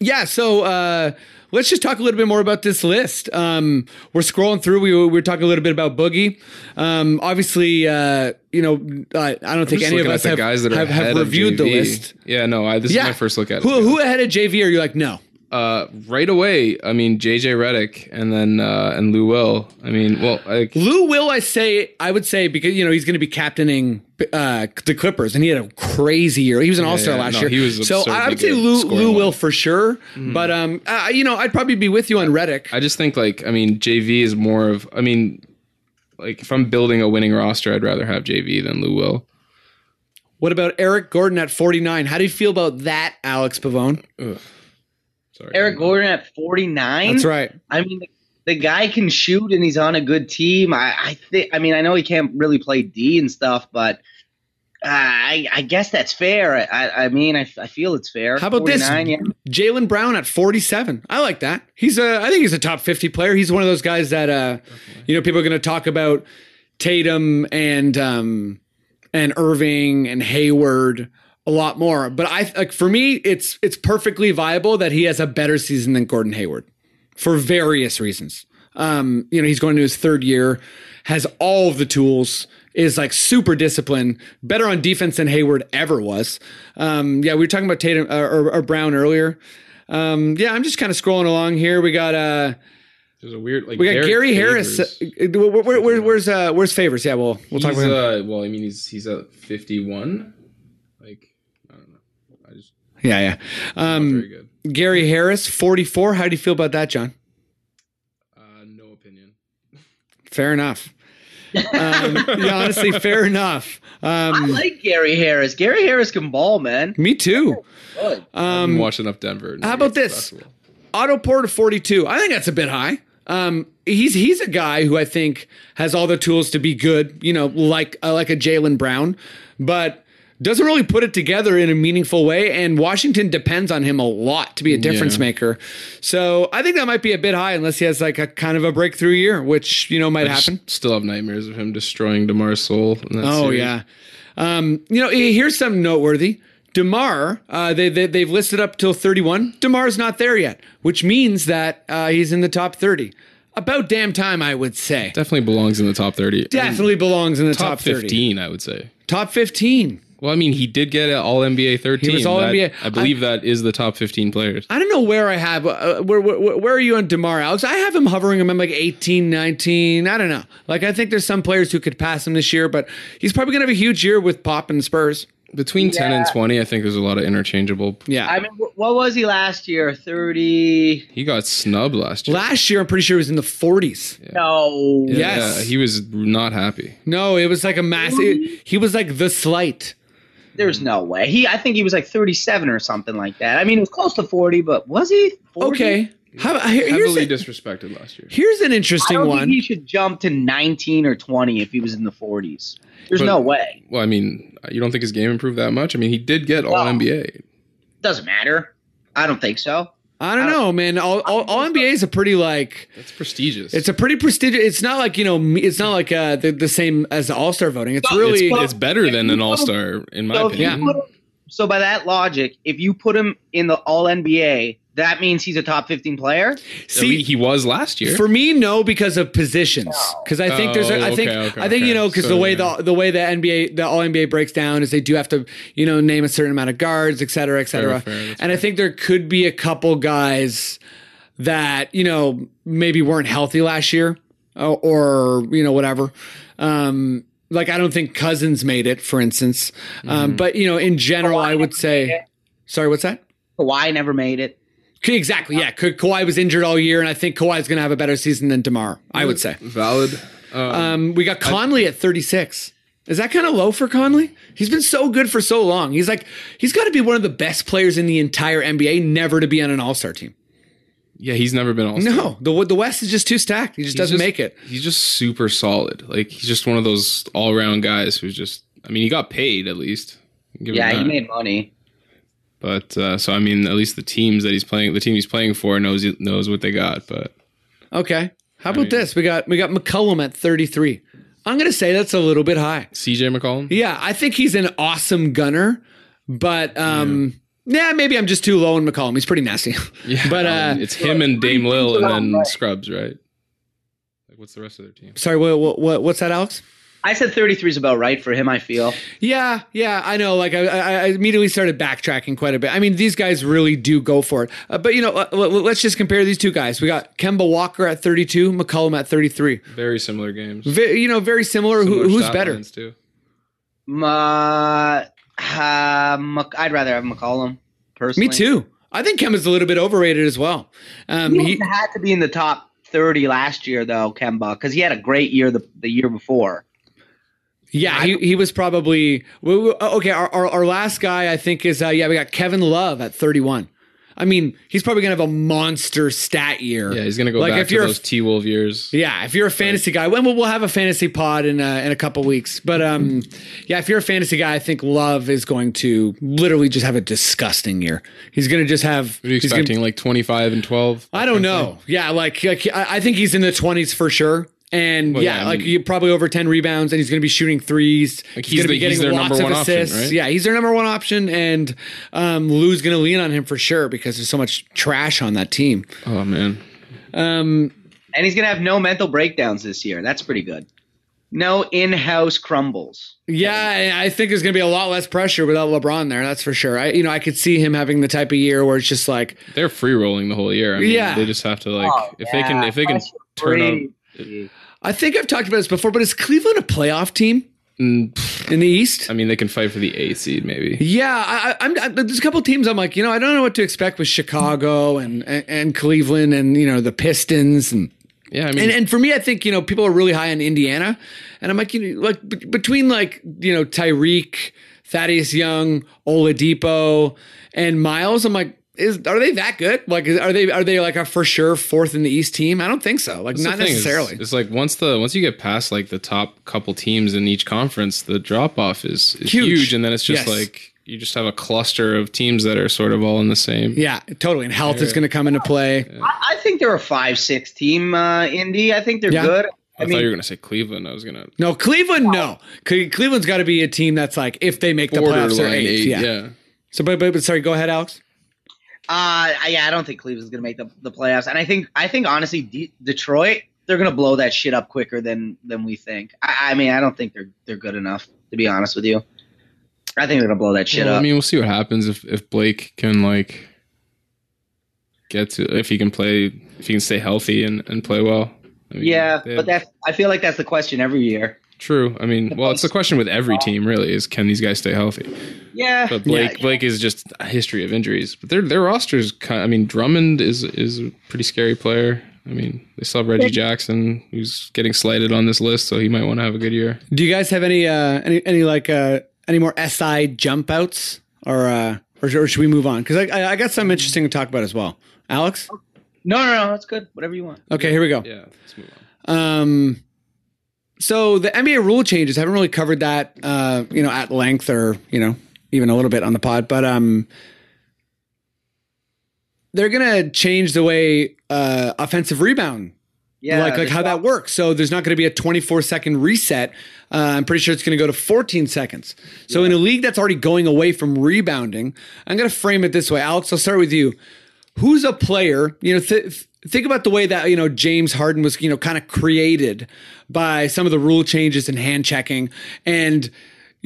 Speaker 4: yeah so uh let's just talk a little bit more about this list um we're scrolling through we, we were talking a little bit about boogie um obviously uh you know i, I don't think
Speaker 5: Just
Speaker 4: any of
Speaker 5: looking at
Speaker 4: us have,
Speaker 5: the guys that are
Speaker 4: have, have
Speaker 5: ahead of
Speaker 4: reviewed the
Speaker 5: JV.
Speaker 4: list
Speaker 5: Yeah, no, I, this
Speaker 4: yeah
Speaker 5: is my first look at
Speaker 4: who,
Speaker 5: it.
Speaker 4: who ahead of jv are you like no
Speaker 5: Uh, right away, I mean JJ Reddick and then uh, and Lou Will. I mean, well, I,
Speaker 4: lou will i say i would say because you know he's going to be captaining uh the clippers and he had a crazy year he was an all-star
Speaker 5: yeah,
Speaker 4: last
Speaker 5: no,
Speaker 4: year
Speaker 5: he was
Speaker 4: so i
Speaker 5: absurdly
Speaker 4: would say
Speaker 5: good
Speaker 4: lou, lou will
Speaker 5: scoring-wise. Mm-hmm.
Speaker 4: for sure but um uh, you know i'd probably be with you on reddick
Speaker 5: I just think like I mean JV is more of I mean, like if I'm building a winning roster, I'd rather have JV than Lou Will.
Speaker 4: What about Eric Gordon at 49? How do you feel about that, Alex Pavone?
Speaker 5: Sorry,
Speaker 6: Eric Gordon at 49.
Speaker 4: right.
Speaker 6: I mean, the, the guy can shoot and he's on a good team. I, I think. I mean, I know he can't really play D and stuff, but uh, I, I guess that's fair. I, I mean, I, f- I feel it's fair.
Speaker 4: How about this?
Speaker 6: 49, Yeah.
Speaker 4: Jalen Brown at 47. I like that. He's a I think he's a top 50 player. He's one of those guys that uh you know people are going to talk about Tatum and um and Irving and Hayward a lot more. But I like for me it's it's perfectly viable that he has a better season than Gordon Hayward for various reasons. Um, you know, he's going to his third year, has all of the tools, is like super disciplined, better on defense than Hayward ever was. Um, yeah, we were talking about Tatum uh, or, or Brown earlier. Um, yeah, I'm just kind of scrolling along here. We got uh,
Speaker 5: There's a weird like
Speaker 4: we got Gary Harris. Uh, uh, where, where, where- where's uh, where's Favors? Yeah, we'll we'll talk about him.
Speaker 5: Uh, well, I mean he's he's at 51. Like I don't know. I just
Speaker 4: yeah, yeah.
Speaker 5: very
Speaker 4: Um,
Speaker 5: good.
Speaker 4: Gary Harris, 44. How do you feel about that, John?
Speaker 5: Uh, no opinion.
Speaker 4: Fair enough. Um, yeah, honestly, fair enough.
Speaker 6: I
Speaker 4: Um,
Speaker 6: like Gary Harris. Gary Harris can ball, man.
Speaker 4: me too.
Speaker 6: Good.
Speaker 5: I've been
Speaker 4: Um,
Speaker 5: watching enough Denver.
Speaker 4: how about this? Otto Porter 42. I think that's a bit high. Um, he's he's a guy who I think has all the tools to be good. You know, like uh, like a Jalen Brown, but doesn't really put it together in a meaningful way. And Washington depends on him a lot to be a difference
Speaker 5: Yeah.
Speaker 4: maker. So I think that might be a bit high unless he has like a kind of a breakthrough year, which you know might happen.
Speaker 5: Still have nightmares of him destroying Demar's soul. in that
Speaker 4: Oh
Speaker 5: series.
Speaker 4: yeah, um, you know eh, here's something noteworthy. Demar, uh, they, they they've listed up till 31. Demar's not there yet, which means that uh, he's in the top 30. About damn time, I would say.
Speaker 5: definitely belongs in the top 30.
Speaker 4: Definitely belongs in the top,
Speaker 5: top,
Speaker 4: 30.
Speaker 5: 15, I would say.
Speaker 4: Top 15.
Speaker 5: Well, I mean, he did get an All NBA third
Speaker 4: He
Speaker 5: team.
Speaker 4: was All-NBA.
Speaker 5: That- I believe that is the top 15 players.
Speaker 4: I don't know where I have. Uh, where, where where are you on Demar, Alex? I have him hovering him. I'm like 18, 19. I don't know. Like I think there's some players who could pass him this year, but he's probably gonna have a huge year with Pop and Spurs.
Speaker 5: Between 10 and 20, I think there's a lot of interchangeable.
Speaker 4: Yeah.
Speaker 6: I mean, wh- what was he last year? 30.
Speaker 5: He got snubbed last year.
Speaker 4: Last year, I'm pretty sure he was in the 40s.
Speaker 6: No.
Speaker 4: Yeah.
Speaker 5: Yeah,
Speaker 4: Yes.
Speaker 5: he was not happy.
Speaker 4: No, it was like a massive. He was like the slight.
Speaker 6: There's no way. He, I think he was like 37 or something like that. I mean, it was close to 40, but was he? 40?
Speaker 4: Okay. How, here's,
Speaker 5: Heavily
Speaker 4: a-
Speaker 5: disrespected last year.
Speaker 4: here's an
Speaker 6: I
Speaker 4: interesting
Speaker 6: don't
Speaker 4: one.
Speaker 6: think he should jump to 19 or 20 if he was in the 40s. There's
Speaker 5: But-
Speaker 6: no way.
Speaker 5: Well, I mean, you don't think his game improved that much? I mean, he did get All NBA.
Speaker 6: Doesn't matter. I don't think so.
Speaker 4: I don't know, man. All, all, all NBA is a pretty like.
Speaker 5: That's prestigious.
Speaker 4: It's a pretty prestigious. It's not like you know. me- It's not like uh, the, the same as the All Star voting. It's really.
Speaker 5: it's, it's better than an All Star, in my
Speaker 6: So, if you
Speaker 5: opinion.
Speaker 6: put him- so by that logic, if you put him in the All NBA, that means he's a top 15 player.
Speaker 5: At
Speaker 4: see,
Speaker 5: least he was last year.
Speaker 4: for me, no, because of positions. Because I think there's. A, I
Speaker 5: Oh,
Speaker 4: think.
Speaker 5: okay, okay,
Speaker 4: I think you
Speaker 5: okay.
Speaker 4: know because
Speaker 5: So,
Speaker 4: the way
Speaker 5: yeah.
Speaker 4: the the way the NBA the All NBA breaks down is they do have to you know name a certain amount of guards, et cetera, et cetera.
Speaker 5: fair,
Speaker 4: and
Speaker 5: that's
Speaker 4: I think there could be a couple guys that you know maybe weren't healthy last year or, or you know whatever um like i don't think cousins made it for instance
Speaker 5: Mm-hmm.
Speaker 4: um but you know in general i would say sorry what's that
Speaker 6: Kawhi never made it.
Speaker 4: K- Exactly. Yeah. Ka- Kawhi was injured all year, and I think Kawhi's going to have a better season than DeMar, Mm-hmm. I would say.
Speaker 5: Valid. Um,
Speaker 4: Um, we got Conley at 36. Is that kind of low for Conley? He's been so good for so long. He's like, he's got to be one of the best players in the entire NBA, never to be on an All Star team.
Speaker 5: Yeah, he's never been all.
Speaker 4: No, the the West is just too stacked. He just doesn't make it.
Speaker 5: He's just super solid. Like he's just one of those all around guys who's just. I mean, he got paid at least. Give him
Speaker 6: Yeah, he
Speaker 5: that.
Speaker 6: made money.
Speaker 5: But uh, so I mean, at least the teams that he's playing, the team he's playing for knows knows what they got. But
Speaker 4: Okay. How about
Speaker 5: mean-
Speaker 4: this? We got we got McCullum at 33. I'm gonna say that's a little bit high.
Speaker 5: CJ McCollum,
Speaker 4: Yeah, I think he's an awesome gunner, but um yeah, maybe I'm just too low on McCollum. He's pretty nasty. (laughs)
Speaker 5: yeah,
Speaker 4: but,
Speaker 5: I mean,
Speaker 4: uh,
Speaker 5: it's him and Dame Lil and then
Speaker 6: Right.
Speaker 5: Scrubs, right? Like, what's the rest of their team?
Speaker 4: Sorry, what, what, what what's that, Alex?
Speaker 6: I said 33 is about right for him. I feel.
Speaker 4: Yeah, yeah, I know. Like I, I I immediately started backtracking quite a bit. I mean, these guys really do go for it. Uh, but you know, let, us just compare these two guys. We got Kemba Walker at 32, McCollum at 33.
Speaker 5: Very similar games.
Speaker 4: Ve- you know, very similar. Who-
Speaker 5: Similar
Speaker 4: who's
Speaker 5: stat
Speaker 4: better?
Speaker 5: lines, too.
Speaker 6: Ma, uh, Mc, I'd rather have McCollum personally.
Speaker 4: Me too. I think Kemba's a little bit overrated as well. Um,
Speaker 6: He
Speaker 4: he,
Speaker 6: wouldn't (laughs) had to be in the top 30 last year though, Kemba, because he had a great year the, the year before.
Speaker 4: yeah, he, he was probably we- we- okay. Our, our, our last guy, I think, is uh, yeah. We got Kevin Love at thirty one. I mean, he's probably gonna have a monster stat year.
Speaker 5: Yeah, he's gonna go
Speaker 4: Like,
Speaker 5: back
Speaker 4: if
Speaker 5: to
Speaker 4: you're a-
Speaker 5: those T Wolf years.
Speaker 4: Yeah, if you're a fantasy guy, when we'll, we'll have a fantasy pod in uh, in a couple weeks. But um, yeah, if you're a fantasy guy, I think Love is going to literally just have a disgusting year. He's gonna just have.
Speaker 5: What are you
Speaker 4: he's gonna-
Speaker 5: expecting? like twenty five and twelve?
Speaker 4: I don't know. Yeah, like, like I I think he's in the twenties for sure. And
Speaker 5: Well,
Speaker 4: yeah,
Speaker 5: yeah, I
Speaker 4: like
Speaker 5: mean-
Speaker 4: you probably over ten rebounds, and he's going to be shooting threes.
Speaker 5: Like,
Speaker 4: he's going
Speaker 5: he's
Speaker 4: to be
Speaker 5: the- he's
Speaker 4: getting
Speaker 5: their
Speaker 4: lots
Speaker 5: number
Speaker 4: of
Speaker 5: one option,
Speaker 4: assists.
Speaker 5: right?
Speaker 4: Yeah, he's their number one option, and um, Lou's going to lean on him for sure because there's so much trash on that team.
Speaker 5: Oh man,
Speaker 4: Um,
Speaker 6: And he's gonna have no mental breakdowns this year. That's pretty good. No in-house crumbles.
Speaker 4: Yeah, and I think there's going to be a lot less pressure without LeBron there. That's for sure. I, you know, I could see him having the type of year where it's just like,
Speaker 5: they're free rolling the whole year. I mean,
Speaker 4: Yeah.
Speaker 5: they just have to like
Speaker 6: Oh,
Speaker 5: if they can
Speaker 6: yeah,
Speaker 5: if they can
Speaker 6: pressure
Speaker 5: turn
Speaker 6: free.
Speaker 5: up.
Speaker 4: I think I've talked about this before, but is Cleveland a playoff team
Speaker 5: mm, pff,
Speaker 4: in the East?
Speaker 5: I mean, they can fight for the eighth seed maybe.
Speaker 4: Yeah, I, I- I'm, I, there's a couple teams I'm like, you know, I don't know what to expect with Chicago and and, and Cleveland and you know the Pistons and.
Speaker 5: Yeah, I mean,
Speaker 4: And, and for me, I think you know people are really high on Indiana, and I'm like you know, like b- between like you know Tyreek, Thaddeus Young, Oladipo, and Miles. I'm like, is are they that good? Like, is, are they are they like a for sure fourth in the East team? I don't think so. Like,
Speaker 5: That's
Speaker 4: not
Speaker 5: the thing, is-
Speaker 4: necessarily.
Speaker 5: It's, like once the once you get past like the top couple teams in each conference, the drop off is, is
Speaker 4: Huge.
Speaker 5: huge. and then it's just
Speaker 4: Yes.
Speaker 5: like you just have a cluster of teams that are sort of all in the same.
Speaker 4: yeah, totally. And health is going to come into play.
Speaker 6: I, I think they're a five-six team, uh, Indy. I think they're
Speaker 4: Yeah.
Speaker 6: good.
Speaker 5: I, thought you were gonna say Cleveland. I was gonna
Speaker 4: No, Cleveland. No, Cle- Cleveland's got to be a team that's like if they make the playoffs, they're
Speaker 5: borderline
Speaker 4: eighth.
Speaker 5: eight.
Speaker 4: yeah.
Speaker 5: Yeah.
Speaker 4: So, but, but but sorry, go ahead, Alex.
Speaker 6: Uh, I, yeah, I don't think Cleveland's gonna make the, the playoffs, and I think I think honestly, D- Detroit they're gonna blow that shit up quicker than than we think. I, I mean, I don't think they're they're good enough to be honest with you. I think they're gonna blow that shit
Speaker 5: Well,
Speaker 6: up.
Speaker 5: I mean, we'll see what happens if if Blake can like get to if he can play if he can stay healthy and and play well. I mean,
Speaker 6: yeah,
Speaker 5: they have-
Speaker 6: but that's I feel like that's the question every year.
Speaker 5: true. I mean, well, it's the question with every team really is can these guys stay healthy?
Speaker 6: Yeah,
Speaker 5: But Blake Blake is just a history of injuries. But their their roster's kind I mean Drummond is is a pretty scary player. I mean, they still have Reggie Jackson, who's getting slighted on this list, so he might want to have a good year.
Speaker 4: Do you guys have any uh any any like uh any more SI jump outs or uh or, or should we move on? Because I, I I got something interesting to talk about as well. Alex.
Speaker 6: no, no, no, that's good. Whatever you want.
Speaker 4: Okay, here we go.
Speaker 5: Yeah, let's move on.
Speaker 4: Um, so the NBA rule changes haven't really covered that uh you know at length or you know even a little bit on the pod, but um. They're gonna change the way uh, offensive rebound
Speaker 6: Yeah,
Speaker 4: like like
Speaker 6: the-
Speaker 4: how that works. So there's not going to be a 24 second reset. Uh, I'm pretty sure it's going to go to 14 seconds. So in a league that's already going away from rebounding, I'm going to frame it this way. Alex, I'll start with you. Who's a player? You know, th- think about the way that you know James Harden was you know kind of created by some of the rule changes and hand checking and.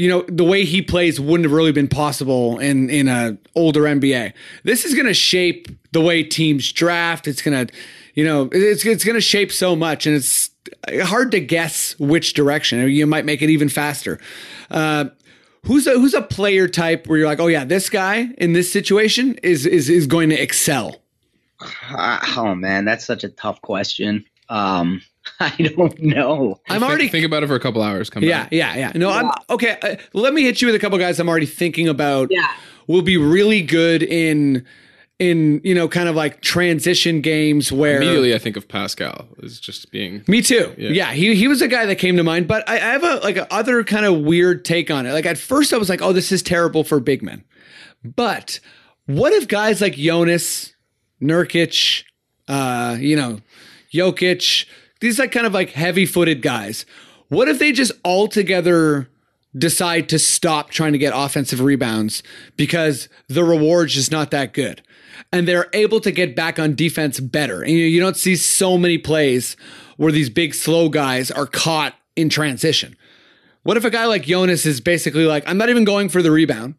Speaker 4: You know the way he plays wouldn't have really been possible in in a older NBA. This is going to shape the way teams draft. It's going to you know it's it's going to shape so much and it's hard to guess which direction I mean, you might make it even faster uh, who's a who's a player type where you're like oh yeah this guy in this situation is is is going to excel
Speaker 6: Ah, Uh, oh man, that's such a tough question. Um, (laughs) I don't know.
Speaker 4: I'm
Speaker 5: think,
Speaker 4: already
Speaker 5: think about it for a couple hours. Come
Speaker 4: Yeah,
Speaker 5: back.
Speaker 4: yeah, yeah. No, I'm okay. Uh, let me hit you with a couple guys I'm already thinking about.
Speaker 6: Yeah.
Speaker 4: will be really good in in you know kind of like transition games where
Speaker 5: Immediately, I think of Pascal as just being
Speaker 4: me too. Yeah.
Speaker 5: Yeah.
Speaker 4: he he was a guy that came to mind, but I, I have a like a other kind of weird take on it. Like at first, I was like, "Oh, this is terrible for big men," but what if guys like Jonas, Nurkic, uh, you know, Jokic, these like kind of like heavy-footed guys? What if they just altogether decide to stop trying to get offensive rebounds because the reward's just not that good? and they're able to get back on defense better. And you, you don't see so many plays where these big slow guys are caught in transition. What if a guy like Jonas is basically like, I'm not even going for the rebound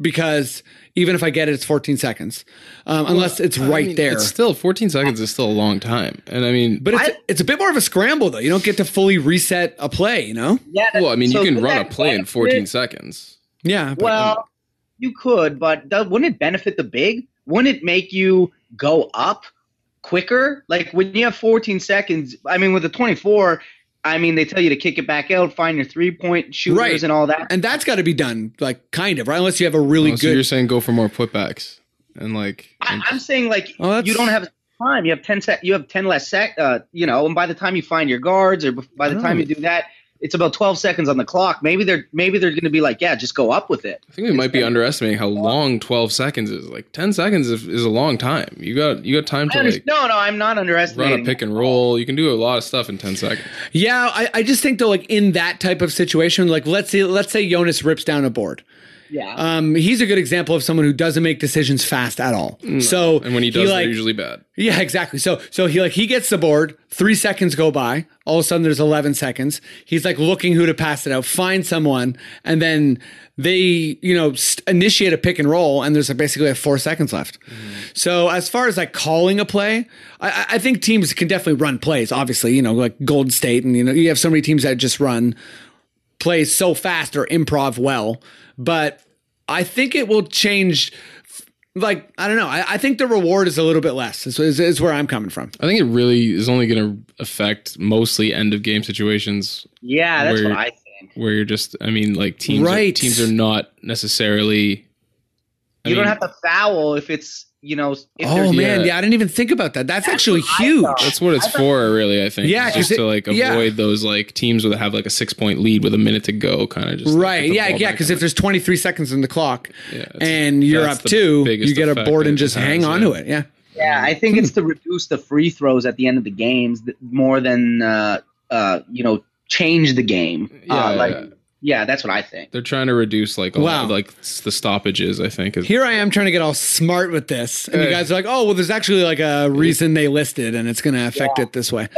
Speaker 4: because even if I get it, it's 14 seconds, um, unless it's right there.
Speaker 5: It's still 14 seconds is still a long time, and I mean,
Speaker 4: but it's, it's a bit more of a scramble though. You don't get to fully reset a play, you know?
Speaker 6: Yeah.
Speaker 5: well, I mean,
Speaker 6: so
Speaker 5: you can
Speaker 6: would
Speaker 5: run a
Speaker 6: that
Speaker 5: play in
Speaker 6: benefit-
Speaker 5: 14 seconds.
Speaker 4: Yeah. but-
Speaker 6: Well, you could, but do- wouldn't it benefit the big? Wouldn't it make you go up quicker? Like when you have 14 seconds, I mean, with the 24, I mean, they tell you to kick it back out, find your three point shooters
Speaker 4: Right.
Speaker 6: and all that.
Speaker 4: and that's got to be done, like kind of, right? Unless you have a really
Speaker 5: Oh, so you're
Speaker 4: good.
Speaker 5: saying go for more putbacks and like
Speaker 6: I, I'm saying like
Speaker 4: Oh, that's-
Speaker 6: you don't have time. You have 10 sec. You have 10 less sec. Uh, you know, and by the time you find your guards, or bef- by the time you
Speaker 5: Oh.
Speaker 6: do that. It's about 12 seconds on the clock. Maybe they're maybe they're going to be like, yeah, just go up with it.
Speaker 5: I think we might be underestimating how long 12 seconds is. Like 10 seconds is, is a long time. You got you got time
Speaker 6: I
Speaker 5: to
Speaker 6: under-
Speaker 5: like
Speaker 6: no, no, I'm not underestimating.
Speaker 5: run a pick and roll. You can do a lot of stuff
Speaker 4: (laughs)
Speaker 5: in 10 seconds.
Speaker 4: Yeah, I, I just think though, like in that type of situation, like let's say let's say Jonas rips down a board.
Speaker 6: yeah.
Speaker 5: Uh,
Speaker 4: Um, he's a good example of someone who doesn't make decisions fast at all. So
Speaker 5: Mm. And when he does,
Speaker 4: like-
Speaker 5: they're usually bad.
Speaker 4: yeah, exactly. So so he like he gets the board. Three seconds go by. All of a sudden, there's eleven seconds. He's like looking who to pass it out, find someone, and then they you know st- initiate a pick and roll, and there's like basically like four seconds left. So as far as like calling a play, I- I, I think teams can definitely run plays. Obviously, you know like Gold State, and you know you have so many teams that just run plays so fast or improv well, but I think it will change. Like I don't know. I, I think the reward is a little bit less. Is, is, is where I'm coming from.
Speaker 5: I think it really is only going to affect mostly end of game situations
Speaker 6: Yeah, that's
Speaker 5: where-
Speaker 6: what I think.
Speaker 5: where you're just, I mean, like teams,
Speaker 4: Right.
Speaker 5: teams are not necessarily. I
Speaker 6: you
Speaker 5: mean,
Speaker 6: don't have to foul if it's you know. If
Speaker 4: Oh
Speaker 6: there's-
Speaker 4: man,
Speaker 5: yeah.
Speaker 4: yeah. I didn't even think about that. That's, actually huge.
Speaker 5: That's what it's for, really. I think.
Speaker 4: Yeah,
Speaker 5: It's
Speaker 4: 'cause
Speaker 5: just to
Speaker 4: it-
Speaker 5: like avoid
Speaker 4: yeah.
Speaker 5: those like teams that have like a six point lead with a minute to go, kind of just like,
Speaker 4: Right?
Speaker 5: put the
Speaker 4: Yeah,
Speaker 5: ball
Speaker 4: yeah.
Speaker 5: back
Speaker 4: Because
Speaker 5: in
Speaker 4: if there's 23 seconds in the clock
Speaker 5: that's-
Speaker 4: and you're
Speaker 5: that's
Speaker 4: up
Speaker 5: the
Speaker 4: two,
Speaker 5: biggest
Speaker 4: you get a
Speaker 5: effect
Speaker 4: board and
Speaker 5: it
Speaker 4: just
Speaker 5: has,
Speaker 4: hang
Speaker 5: yeah.
Speaker 4: on to it. Yeah.
Speaker 6: Yeah, I think it's to reduce the free throws at the end of the games th- more than uh, uh, you know change the game.
Speaker 5: Yeah,
Speaker 6: uh, like
Speaker 5: yeah.
Speaker 6: yeah. that's what I think.
Speaker 5: They're trying to reduce like a
Speaker 4: Wow.
Speaker 5: lot of, like s- the stoppages. I think is
Speaker 4: Here I am trying to get all smart with this, and you
Speaker 5: Hey.
Speaker 4: guys are like, "Oh, well, there's actually like a reason they listed, and it's going to affect it this way."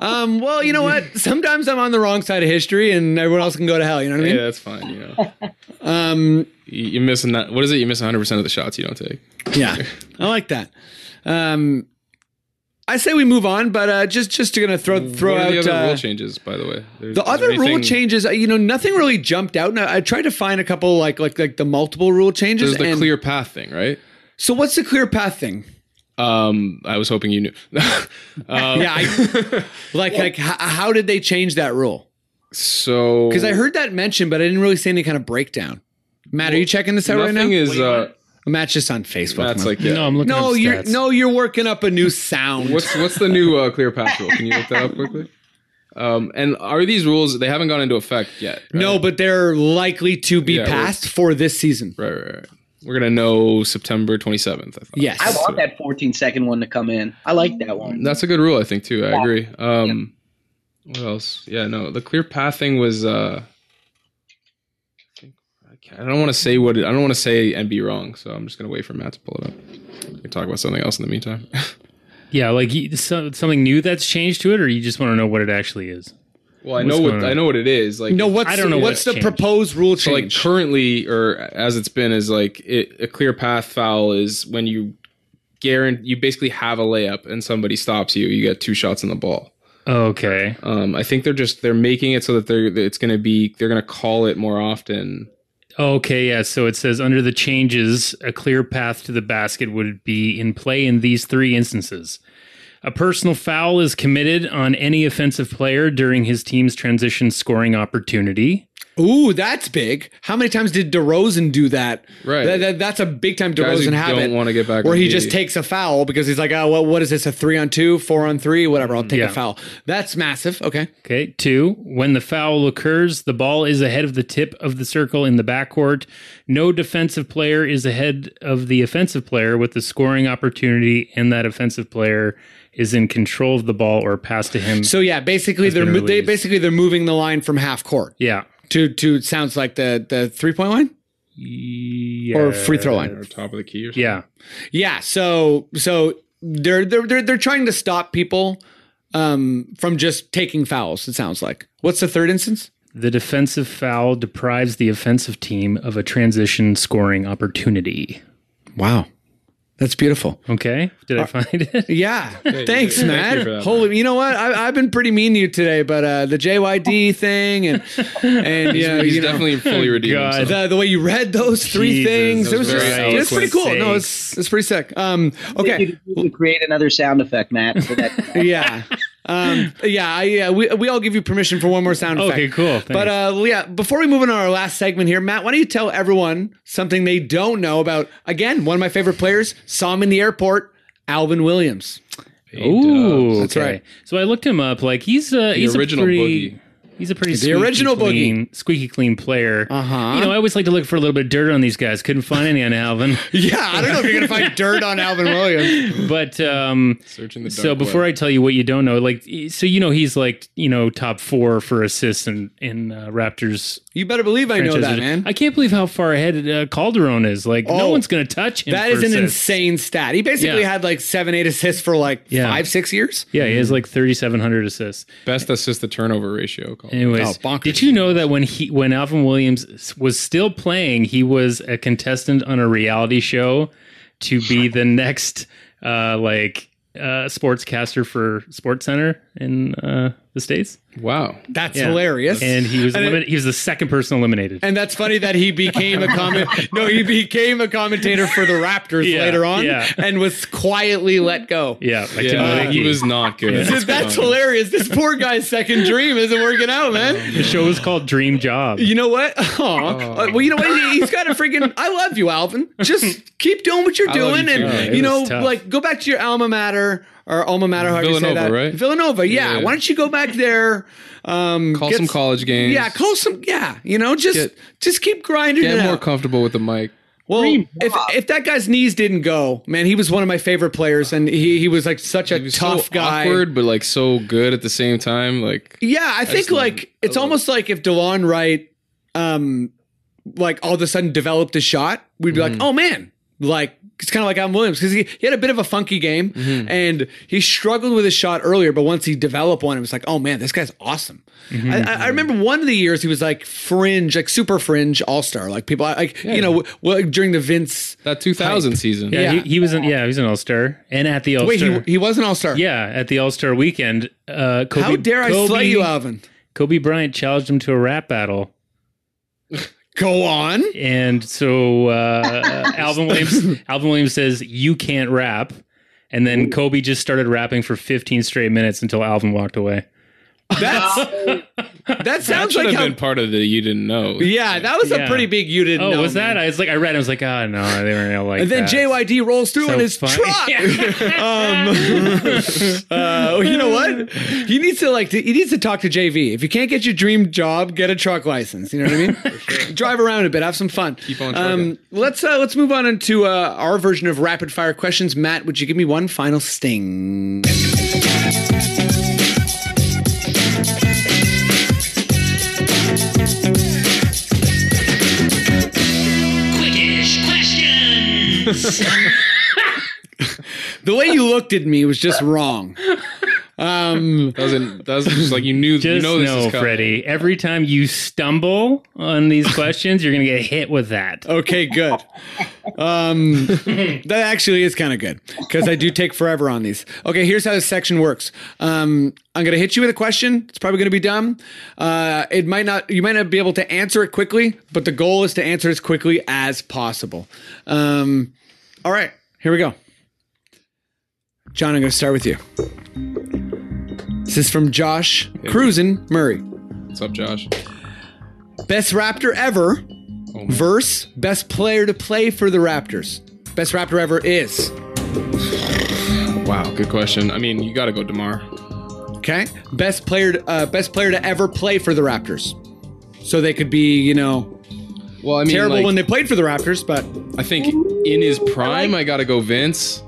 Speaker 4: um, well, you know what?
Speaker 5: (laughs)
Speaker 4: Sometimes I'm on the wrong side of history, and everyone else can go to hell. You know what I mean?
Speaker 5: yeah, that's fine. You know,
Speaker 4: Um,
Speaker 5: You- you miss not. What is it? You miss 100 percent of the shots you don't take.
Speaker 4: yeah, I like that. Um, I say we move on, but uh, just just gonna throw throw
Speaker 5: what are
Speaker 4: out
Speaker 5: the other
Speaker 4: uh,
Speaker 5: rule changes, by the way. There's-
Speaker 4: The
Speaker 5: is there
Speaker 4: other rule
Speaker 5: anything-
Speaker 4: changes, uh, you know, nothing really jumped out. And I, I tried to find a couple like like like the multiple rule changes.
Speaker 5: There's the
Speaker 4: and-
Speaker 5: clear path thing, right?
Speaker 4: So what's the clear path thing?
Speaker 5: Um, I was hoping you knew. (laughs) um,
Speaker 4: Yeah, I, (laughs) like like h- how did they change that rule?
Speaker 5: So
Speaker 4: Because I heard that mentioned, but I didn't really see any kind of breakdown. Matt, are you checking this out right
Speaker 5: nothing
Speaker 4: now?
Speaker 5: is uh,
Speaker 4: Matt's just on Facebook.
Speaker 5: that's
Speaker 4: man.
Speaker 5: like yeah.
Speaker 3: No, I'm looking at
Speaker 4: no,
Speaker 3: the
Speaker 4: you're
Speaker 3: stats.
Speaker 4: no, you're working up a new sound.
Speaker 5: What's what's the new uh, clear path rule? Can you look that up quickly? Um, and are these rules? They haven't gone into effect yet. right?
Speaker 4: no, but they're likely to be
Speaker 5: Yeah, we're-
Speaker 4: passed for this season.
Speaker 5: Right, right, right. We're gonna know September 27th. I thought.
Speaker 4: Yes.
Speaker 6: I want that 14 second one to come in. I like that one.
Speaker 5: That's a good rule, I think too. I agree. Um, What else? Yeah, no, the clear path thing was. Uh, I think- I can't- I don't want to say what it, I don't want to say and be wrong, so I'm just gonna wait for Matt to pull it up. We can talk about something else in the meantime. (laughs)
Speaker 3: Yeah, like you- so, something new that's changed to it, or you just want to know what it actually is.
Speaker 5: well, I
Speaker 3: What's
Speaker 5: know what
Speaker 3: going on?
Speaker 5: I know what it is. Like
Speaker 4: No, what's
Speaker 3: I don't know what's
Speaker 4: what's the
Speaker 3: changed.
Speaker 4: proposed rule
Speaker 5: so like
Speaker 4: change?
Speaker 5: currently or as it's been is like it, a clear path foul is when you guarantee you basically have a layup and somebody stops you, you get two shots on the ball.
Speaker 3: Okay.
Speaker 5: Um, I think they're just they're making it so that they're that it's going to be they're going to call it more often.
Speaker 3: Okay, yeah. So it says under the changes, a clear path to the basket would be in play in these three instances. A personal foul is committed on any offensive player during his team's transition scoring opportunity.
Speaker 4: Ooh, that's big. How many times did DeRozan do that?
Speaker 5: Right.
Speaker 4: That, that- that's a big time
Speaker 5: Guys who
Speaker 4: DeRozan habit.
Speaker 5: don't want to get back
Speaker 4: where
Speaker 5: on
Speaker 4: he
Speaker 5: the-
Speaker 4: just takes a foul because he's like, oh, what, what is this? A three on two, four on three, whatever. I'll take
Speaker 3: Yeah.
Speaker 4: a foul. That's massive. Okay.
Speaker 3: Okay. Two, when the foul occurs, the ball is ahead of the tip of the circle in the backcourt. No defensive player is ahead of the offensive player with the scoring opportunity, and that offensive player is in control of the ball or pass to him.
Speaker 4: So yeah, basically they're
Speaker 3: been
Speaker 4: mo- they
Speaker 3: released.
Speaker 4: basically they're moving the line from half court
Speaker 3: yeah.
Speaker 4: to to it sounds like the the three point line
Speaker 3: yeah.
Speaker 4: or free throw line.
Speaker 5: or top of the key or something.
Speaker 3: Yeah.
Speaker 4: Yeah, so so they're they're they're, they're trying to stop people um, from just taking fouls. It sounds like. What's the third instance?
Speaker 3: The defensive foul deprives the offensive team of a transition scoring opportunity.
Speaker 4: Wow, that's beautiful.
Speaker 3: Okay. Did I find it?
Speaker 4: Yeah, thanks,
Speaker 5: you- thank
Speaker 4: Matt.
Speaker 5: you for that,
Speaker 4: Holy, you know what? I, I've been pretty mean to you today, but uh, the JYD thing
Speaker 5: (laughs)
Speaker 4: and and yeah,
Speaker 5: He's
Speaker 4: you know, (laughs)
Speaker 5: definitely fully redeemed.
Speaker 3: God.
Speaker 5: himself.
Speaker 4: the, the way you read those three
Speaker 3: Jesus,
Speaker 4: things,
Speaker 5: that
Speaker 4: it was
Speaker 5: was
Speaker 4: just
Speaker 5: very
Speaker 4: it's pretty cool.
Speaker 3: eloquent.
Speaker 4: No, it's it's pretty sick. Um, okay,
Speaker 6: You need to create another sound effect, Matt. For that. (laughs)
Speaker 4: yeah. Um, yeah, I- yeah, we, we all give you permission for one more sound effect.
Speaker 3: Okay, cool.
Speaker 4: But uh, yeah, before we move into our last segment here, Matt, why don't you tell everyone something they don't know about? Again, one of my favorite players saw him in the airport, Alvin Williams.
Speaker 3: Ooh,
Speaker 4: That's
Speaker 3: okay.
Speaker 4: right.
Speaker 3: So I looked him up. Like he's a he's
Speaker 5: original
Speaker 3: a pretty,
Speaker 5: Boogie.
Speaker 3: He's a pretty the
Speaker 4: original Boogie.
Speaker 3: clean, squeaky clean player.
Speaker 4: Uh-huh.
Speaker 3: You know, I always like to look for a little bit of dirt on these guys. Couldn't find any on
Speaker 4: (laughs)
Speaker 3: Alvin,
Speaker 4: Yeah, I don't know if you're gonna find dirt on Alvin Williams.
Speaker 3: but um,
Speaker 5: Searching the dark
Speaker 3: so before
Speaker 5: web.
Speaker 3: I tell you what you don't know, like so you know he's like you know top four for assists in in uh, Raptors.
Speaker 4: You better believe I know that,
Speaker 3: franchises.
Speaker 4: man.
Speaker 3: I can't believe how far ahead uh, Calderon is. Like no
Speaker 4: Oh.
Speaker 3: one's gonna touch him.
Speaker 4: That
Speaker 3: for
Speaker 4: is an
Speaker 3: assists.
Speaker 4: insane stat. He basically
Speaker 3: Yeah.
Speaker 4: had like seven, eight assists for like
Speaker 3: Yeah.
Speaker 4: five, six years.
Speaker 3: Yeah, he has like thirty seven hundred assists.
Speaker 5: best assist to turnover ratio. Called.
Speaker 3: Anyways,
Speaker 4: Oh, bonkers.
Speaker 3: did you know that when he when Alvin Williams s- was still playing, he was a contestant on a reality show to be
Speaker 4: (laughs)
Speaker 3: the next uh like uh sportscaster for Sports Center in uh the states.
Speaker 5: Wow.
Speaker 4: That's
Speaker 3: Yeah.
Speaker 4: hilarious.
Speaker 3: And he was
Speaker 4: And it-
Speaker 3: elimin- he was the second person eliminated.
Speaker 4: And that's funny that he became a
Speaker 5: (laughs)
Speaker 4: comment. no, he became a commentator for the Raptors
Speaker 3: Yeah,
Speaker 4: later on,
Speaker 3: yeah.
Speaker 4: and was quietly let go. (laughs)
Speaker 3: yeah, like
Speaker 4: Uh,
Speaker 5: Yeah, he was not good.
Speaker 4: Dude, that's hilarious. This poor guy's second dream isn't working out, man.
Speaker 3: the show was called Dream Job.
Speaker 4: You know what? (laughs) Aw.
Speaker 5: Oh.
Speaker 4: Uh, Well, you know what? He- He's got a freaking. I love you, Alvin.
Speaker 5: (laughs)
Speaker 4: Just keep doing what you're
Speaker 5: I love
Speaker 4: doing,
Speaker 5: you too. Yeah,
Speaker 4: and
Speaker 5: it
Speaker 4: you know,
Speaker 3: was tough.
Speaker 4: like go back to your alma mater or alma mater. How you say
Speaker 5: Villanova,
Speaker 4: that?
Speaker 5: right?
Speaker 4: Villanova. Yeah.
Speaker 5: Yeah.
Speaker 4: Why don't you go back there? Um,
Speaker 5: Call
Speaker 4: get
Speaker 5: some
Speaker 4: s-
Speaker 5: college games.
Speaker 4: Yeah, call some. Yeah, you know, just
Speaker 5: Get-
Speaker 4: just keep grinding. it
Speaker 5: Get more
Speaker 4: out.
Speaker 5: comfortable with the mic.
Speaker 4: Well,
Speaker 6: Dream
Speaker 4: if,
Speaker 6: job.
Speaker 4: if that guy's knees didn't go, man, he was one of my favorite players, and he, he was like such a
Speaker 5: He was
Speaker 4: tough
Speaker 5: so
Speaker 4: guy.
Speaker 5: awkward, but like so good at the same time. Like
Speaker 4: Yeah, I think
Speaker 5: just love-
Speaker 4: like it's
Speaker 5: I love-
Speaker 4: almost like if DeLon Wright, um, like all of a sudden developed a shot, we'd be like,
Speaker 5: Mm-hmm.
Speaker 4: oh man, like it's kind of like Alvin Williams because he, he had a bit of a funky game
Speaker 5: Mm-hmm.
Speaker 4: and he struggled with his shot earlier, but once he developed one, it was like, oh man, this guy's awesome.
Speaker 5: Mm-hmm.
Speaker 4: I, I, I remember one of the years he was like fringe, like super fringe all star, like people like you know w- w- during the Vince.
Speaker 5: that 2000 season.
Speaker 3: yeah, He, he was an yeah, he was an All Star and at the All
Speaker 4: Wait, he,
Speaker 3: Star.
Speaker 4: he was an all star.
Speaker 3: Yeah, at the All Star weekend, uh, Kobe,
Speaker 4: How dare I slay
Speaker 3: Kobe-
Speaker 4: you, Alvin?
Speaker 3: Kobe Bryant challenged him to a rap battle,
Speaker 4: Go on.
Speaker 3: and so
Speaker 4: (laughs)
Speaker 3: uh, Alvin Williams Alvin Williams says you can't rap, and then Kobe just started rapping for 15 straight minutes until Alvin walked away.
Speaker 4: That's that
Speaker 5: That
Speaker 4: sounds
Speaker 5: should
Speaker 4: like
Speaker 5: have
Speaker 4: how
Speaker 5: been part of the you didn't know.
Speaker 4: Yeah, that was a
Speaker 3: Yeah.
Speaker 4: pretty big you didn't
Speaker 3: Oh,
Speaker 4: know.
Speaker 3: was
Speaker 4: man.
Speaker 3: that? I was like, I read, it, I was like, oh no, they weren't gonna like.
Speaker 4: And then
Speaker 3: that.
Speaker 4: JYD rolls through
Speaker 3: So
Speaker 4: in his
Speaker 3: funny.
Speaker 4: truck. um, (laughs) uh, you know what? He needs to like. He needs to talk to JV. If you can't get your dream job, get a truck license. You know what I mean? Drive around a bit, have some fun. Keep
Speaker 5: on trucking.
Speaker 4: let's uh, let's move on into uh, our version of rapid fire questions. Matt, would you give me one final sting?
Speaker 2: Quickish questions.
Speaker 4: The way you looked at me was just wrong. Um,
Speaker 5: That wasn't. That was just like you knew. you
Speaker 3: Just
Speaker 5: know
Speaker 3: know,
Speaker 5: this is coming.
Speaker 3: Freddie. Every time you stumble on
Speaker 4: (laughs)
Speaker 3: these questions, you're gonna get hit with that.
Speaker 4: Okay, good. Um, that actually is kind of good because I do take forever on these. Okay, here's how this section works. Um, I'm gonna hit you with a question. It's probably gonna be dumb. Uh, it might not. You might not be able to answer it quickly, but the goal is to answer as quickly as possible. Um, all right, here we go. John, I'm going to start with you. This is from Josh Cruisin Murray.
Speaker 5: What's up, Josh?
Speaker 4: Best Raptor ever
Speaker 5: Oh, my-
Speaker 4: verse best player to play for the Raptors. Best Raptor ever is.
Speaker 5: wow, good question. I mean, you got to go Demar.
Speaker 4: Okay. Best player uh, best player to ever play for the Raptors. So they could be, you know,
Speaker 5: Well, I mean,
Speaker 4: terrible
Speaker 5: like,
Speaker 4: when they played for the Raptors, but it's
Speaker 5: I think in his prime, I got to go Vince.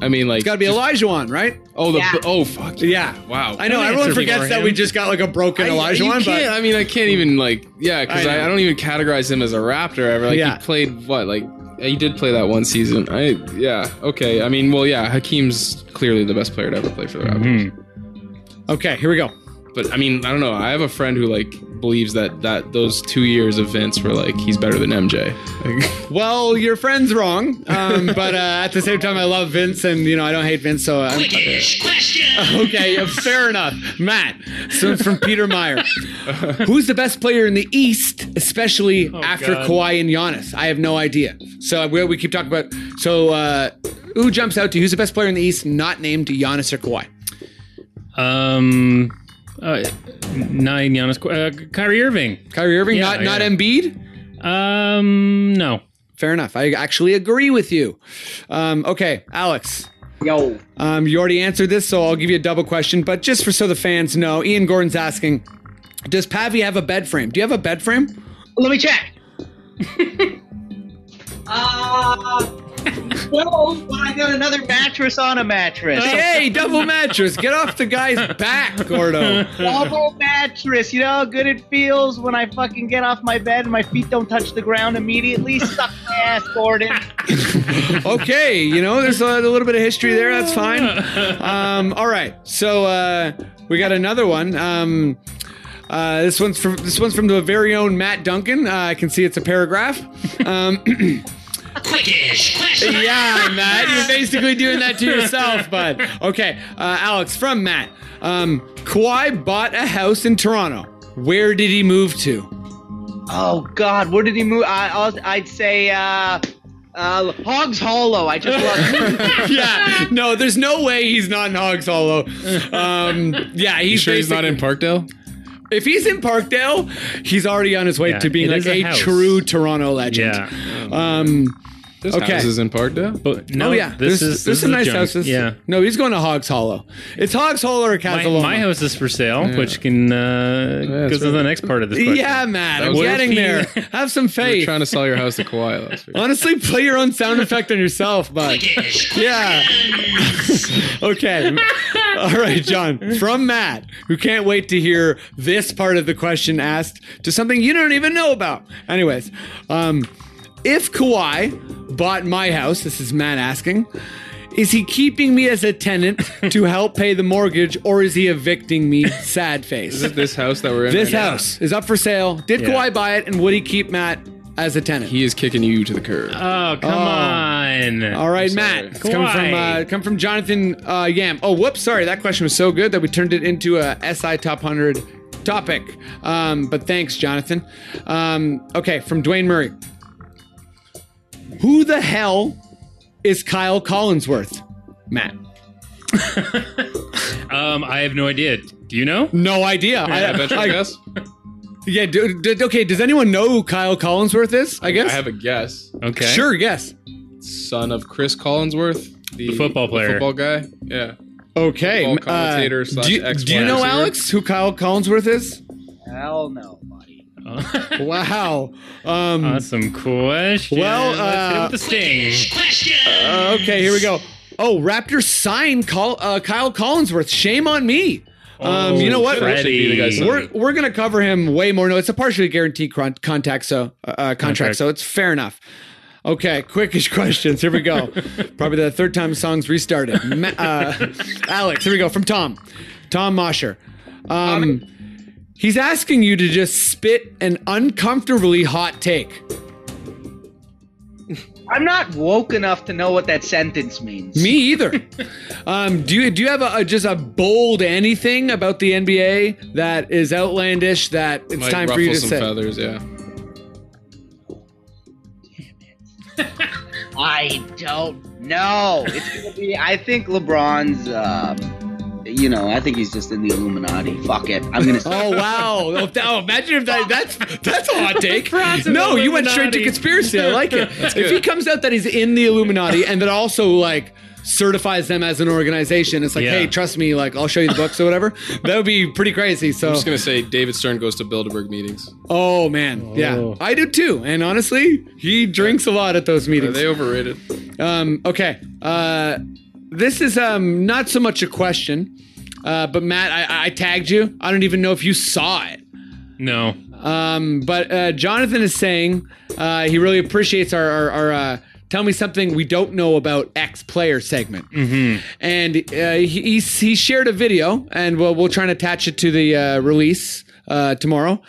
Speaker 5: I mean, like
Speaker 4: got to be Elijah on, right?
Speaker 5: Oh, the
Speaker 6: Yeah.
Speaker 5: oh fuck
Speaker 4: Yeah.
Speaker 5: Wow.
Speaker 4: I know
Speaker 3: Don't
Speaker 4: everyone
Speaker 3: answer me,
Speaker 4: forgets that
Speaker 3: Barham.
Speaker 4: we just got like a broken
Speaker 5: I-
Speaker 4: Elijah
Speaker 5: you
Speaker 4: on,
Speaker 5: can't-
Speaker 4: but
Speaker 5: I mean, I can't even like, yeah, because
Speaker 4: I
Speaker 5: I,
Speaker 4: know.
Speaker 5: I, don't even categorize him as a Raptor ever. Like
Speaker 4: Yeah.
Speaker 5: he played what, like he did play that one season. I yeah, okay. I mean, well, yeah, Hakeem's clearly the best player to ever play for the Raptors.
Speaker 3: Hmm.
Speaker 4: okay, here we go.
Speaker 5: But I mean, I don't know. I have a friend who like believes that that those two years of Vince were like he's better than (laughs) MJ.
Speaker 4: Well, your friend's wrong,
Speaker 5: (laughs)
Speaker 4: um, but uh, at the same time, I love Vince, and you know I don't hate Vince, so I'm,
Speaker 2: Quidditch question.
Speaker 4: (laughs) okay, fair enough, Matt. So it's from
Speaker 3: (laughs)
Speaker 4: Peter Meyer, who's the best player in the East, especially after
Speaker 3: Oh, God.
Speaker 4: Kawhi and Giannis? I have no idea. So we, we keep talking about. So uh, who jumps out to you? who's the best player in the East, not named Giannis or Kawhi?
Speaker 3: Um, uh, nine Giannis, uh, Kyrie Irving.
Speaker 4: Kyrie Irving,
Speaker 3: Yeah,
Speaker 4: not not
Speaker 3: yeah.
Speaker 4: Embiid.
Speaker 3: Um, no.
Speaker 4: Fair enough. I actually agree with you. Um, okay, Alex.
Speaker 6: Yo,
Speaker 4: Um, you already answered this, so I'll give you a double question. But just for so the fans know, Ian Gordon's asking, does Pavi have a bed frame? Do you have a bed
Speaker 3: (laughs)
Speaker 4: frame?
Speaker 6: let me check. (laughs) uh, no, but I got another mattress on a mattress.
Speaker 4: Hey, double mattress. Get off the guy's back, Gordo.
Speaker 6: Double mattress. You know how good it feels when I fucking get off my bed and my feet don't touch the ground immediately. Suck my ass, Gordon.
Speaker 4: Okay, you know, there's a, a little bit of history there. That's fine. Um, all right. So uh, we got another one. Um, uh, this one's from this one's from the very own Matt Duncan. Uh, I can see it's a paragraph. Um,
Speaker 2: Quidditch question.
Speaker 4: yeah, Matt, you're basically doing that to yourself, bud. Okay, uh, Alex from Matt. Um, Kawhi bought a house in Toronto. Where did he move to?
Speaker 6: Oh God, where did he move? I, I'll, I'd say uh, uh, Hogs Hollow. I just lost.
Speaker 4: yeah, no, there's no way he's not in Hogs Hollow. Um, yeah, he's,
Speaker 5: you sure he's not in
Speaker 4: basically-
Speaker 5: Parkdale?
Speaker 4: If he's in Parkdale, he's already on his way
Speaker 3: Yeah,
Speaker 4: to being
Speaker 3: it
Speaker 4: like
Speaker 3: is a
Speaker 4: a,
Speaker 3: house.
Speaker 4: true Toronto legend.
Speaker 3: Yeah.
Speaker 4: Um,
Speaker 5: There's
Speaker 4: Okay.
Speaker 5: houses in Parkdale.
Speaker 3: But no,
Speaker 4: oh yeah,
Speaker 3: this
Speaker 4: there's,
Speaker 3: is
Speaker 4: there's
Speaker 3: this
Speaker 4: some
Speaker 3: is a
Speaker 4: nice
Speaker 3: junk.
Speaker 4: houses.
Speaker 3: Yeah.
Speaker 4: no, he's going to Hogs Hollow. It's Hogs Hollow or
Speaker 3: My,
Speaker 4: Casaloma.
Speaker 3: my house is for sale, which can uh,
Speaker 5: that's
Speaker 3: goes to the
Speaker 5: right.
Speaker 3: next part of this question.
Speaker 4: Yeah, Matt, I'm
Speaker 5: was-
Speaker 4: getting there. Have some
Speaker 5: You're
Speaker 4: faith.
Speaker 5: trying to sell your house to
Speaker 4: (laughs)
Speaker 5: Kawhi last week.
Speaker 4: Honestly, play your own sound effect on yourself, bud.
Speaker 2: Quidditch
Speaker 4: Yeah. (laughs)
Speaker 2: questions.
Speaker 4: Okay. All right, John. From Matt, who can't wait to hear this part of the question asked to something you don't even know about. Anyways, um, if Kawhi bought my house, this is Matt asking, is he keeping me as a (laughs) tenant to help pay the mortgage or is he evicting me? Sad face.
Speaker 5: Is it this house that we're in?
Speaker 4: This
Speaker 5: right now?
Speaker 4: house is up for sale. Did
Speaker 3: Yeah.
Speaker 4: Kawhi buy it and would he keep Matt as a tenant?
Speaker 5: He is kicking you to the curb.
Speaker 4: Uh,
Speaker 3: Oh come on.
Speaker 4: All right,
Speaker 5: I'm
Speaker 4: Matt.
Speaker 5: sorry.
Speaker 4: It's coming from
Speaker 3: Kawhi.
Speaker 4: uh, come from Jonathan uh, Yam. Oh, whoops, sorry. That question was so good that we turned it into a SI top hundred topic. Um, but thanks, Jonathan. Um, okay, from Dwayne Murray. Who the hell is Kyle Collinsworth? Matt.
Speaker 3: Um, I have no idea. Do you know?
Speaker 4: No idea.
Speaker 5: I bet you guess.
Speaker 4: yeah. Do, do- okay. Does anyone know who Kyle Collinsworth is? I guess.
Speaker 5: I have a guess.
Speaker 3: Okay.
Speaker 4: Sure. Yes.
Speaker 5: son of Chris Collinsworth, the,
Speaker 3: The football player.
Speaker 5: football guy. Yeah,
Speaker 4: Okay.
Speaker 5: Football
Speaker 4: m- uh,
Speaker 5: commentator slash
Speaker 4: do, you-
Speaker 5: ex-wide
Speaker 4: do you know
Speaker 5: receiver.
Speaker 4: Alex who Kyle Collinsworth
Speaker 5: (laughs)
Speaker 4: is?
Speaker 6: Hell no, buddy.
Speaker 4: Wow.
Speaker 3: (laughs)
Speaker 4: Um,
Speaker 3: awesome question.
Speaker 4: Well, uh,
Speaker 3: Let's hit it with the
Speaker 2: Quidditch
Speaker 3: sting.
Speaker 2: question.
Speaker 4: Uh, okay, here we go. Oh, Raptors sign Col- uh, Kyle Collinsworth. Shame on me. Um, you know what?
Speaker 5: Freddie.
Speaker 3: Freddie.
Speaker 5: Actually,
Speaker 4: We're we're gonna cover him way more. No, it's a partially guaranteed cron- contact, so uh, uh, contract,
Speaker 3: Contract.
Speaker 4: so it's fair enough. Okay, quickish questions. Here we go. Probably the third time song's restarted. Ma- uh, Alex, here we go from Tom, Tom Mosher. Um, he's asking you to just spit an uncomfortably hot take.
Speaker 6: I'm not woke enough to know what that sentence means.
Speaker 4: Me
Speaker 5: (laughs)
Speaker 4: either. um, do you do you have a, a- just a bold anything about the NBA that is outlandish that it's
Speaker 5: might
Speaker 4: time for
Speaker 5: ruffle
Speaker 4: you to
Speaker 5: some
Speaker 4: say?
Speaker 5: feathers. Yeah,
Speaker 6: I don't No, it's gonna be. I think LeBron's. Um, you know, I think he's just in the Illuminati. Fuck it. I'm gonna.
Speaker 4: (laughs) Oh
Speaker 5: (laughs)
Speaker 4: wow! Oh, th- oh, imagine if that, that's that's a hot take.
Speaker 3: Franz and
Speaker 4: no, you went straight to
Speaker 3: Illuminati.
Speaker 4: conspiracy. I like
Speaker 5: (laughs)
Speaker 4: it. If he comes out that he's in the Illuminati and then also like certifies them as an organization, it's like,
Speaker 3: Yeah.
Speaker 4: hey, trust me, like I'll show you the books or whatever. That would be pretty crazy. So,
Speaker 5: I'm just gonna say David Stern goes to Bilderberg meetings.
Speaker 4: oh man, yeah,
Speaker 3: Oh.
Speaker 4: I do too. And honestly, he drinks a lot at those
Speaker 5: Are
Speaker 4: meetings.
Speaker 5: they overrated?
Speaker 4: Um, okay. Uh, this is um, not so much a question, uh, but Matt, I, I tagged you. I don't even know if you saw it.
Speaker 3: No.
Speaker 4: Um, but uh, Jonathan is saying uh, he really appreciates our, our, our uh, tell me something we don't know about X player segment. And uh, he, he he shared a video, and we'll we'll try and attach it to the uh, release uh, tomorrow.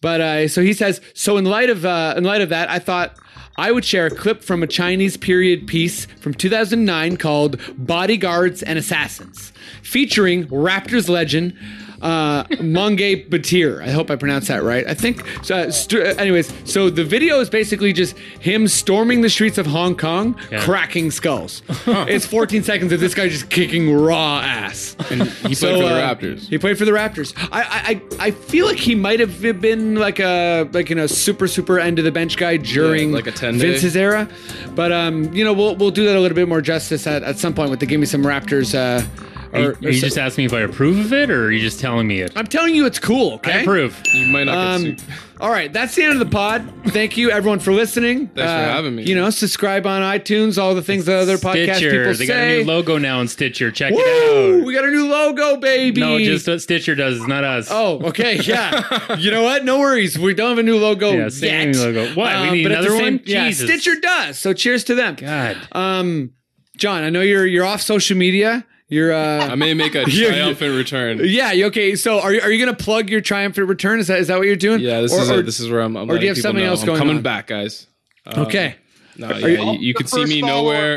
Speaker 4: But uh, so he says, so in light of uh, in light of that, I thought. I would share a clip from a Chinese period piece from 2009 called Bodyguards and Assassins, featuring Raptors legend uh, Mange Batir. I hope I pronounced that right. I think. So, uh, st- anyways, so the video is basically just him storming the streets of Hong Kong, cracking skulls. it's 14 seconds of this guy just kicking raw ass.
Speaker 5: And he played
Speaker 4: So,
Speaker 5: for the
Speaker 4: uh,
Speaker 5: Raptors.
Speaker 4: He played for the Raptors. I, I I I feel like he might have been like a like you know super super end of the bench guy during
Speaker 5: Yeah, like a 10 day.
Speaker 4: Vince's era, but um you know we'll we'll do that a little bit more justice at, at some point with the give me some Raptors. Uh,
Speaker 3: Are,
Speaker 4: or,
Speaker 3: you- are
Speaker 4: or
Speaker 3: you
Speaker 4: so-
Speaker 3: just asking me if I approve of it, or are you just telling me it?
Speaker 4: I'm telling you, it's cool. Okay.
Speaker 3: I approve.
Speaker 5: You might not
Speaker 4: Um,
Speaker 5: get sued.
Speaker 4: all right, that's the end of the pod. Thank you, everyone, for listening. Uh,
Speaker 5: Thanks for having me.
Speaker 4: You know, subscribe on iTunes, all the things that other podcast
Speaker 3: Stitcher.
Speaker 4: people
Speaker 3: They
Speaker 4: say.
Speaker 3: got a new logo now on Stitcher. Check
Speaker 4: Woo!
Speaker 3: it
Speaker 4: We got a new logo, baby.
Speaker 3: out. No, just what Stitcher does, it's not us.
Speaker 4: Oh, okay, yeah. you know what? No worries. We don't have a new logo
Speaker 3: Yeah, same
Speaker 4: yet. Uh,
Speaker 3: logo. What? We need
Speaker 4: but at the
Speaker 3: another
Speaker 4: same-
Speaker 3: one?
Speaker 4: Yeah,
Speaker 3: Jesus.
Speaker 4: Stitcher does. So cheers to them.
Speaker 3: God.
Speaker 4: Um, John, I know you're you're off social media. You're
Speaker 5: I (laughs)
Speaker 4: uh,
Speaker 5: may
Speaker 4: (laughs)
Speaker 5: make a
Speaker 4: you-
Speaker 5: triumphant return.
Speaker 4: yeah. you- Okay, so are you, are you gonna plug your triumphant return? Is that is that what you're doing?
Speaker 5: Yeah, this
Speaker 4: Or-
Speaker 5: is
Speaker 4: or-
Speaker 5: it. This is where I'm. I'm
Speaker 4: or do you
Speaker 5: letting
Speaker 4: have
Speaker 5: people
Speaker 4: something
Speaker 5: know.
Speaker 4: else
Speaker 5: I'm
Speaker 4: going
Speaker 5: coming
Speaker 4: on?
Speaker 5: back, guys. Uh,
Speaker 4: okay.
Speaker 5: No, yeah, you, you
Speaker 6: The
Speaker 5: can see
Speaker 6: first
Speaker 5: me
Speaker 6: follower,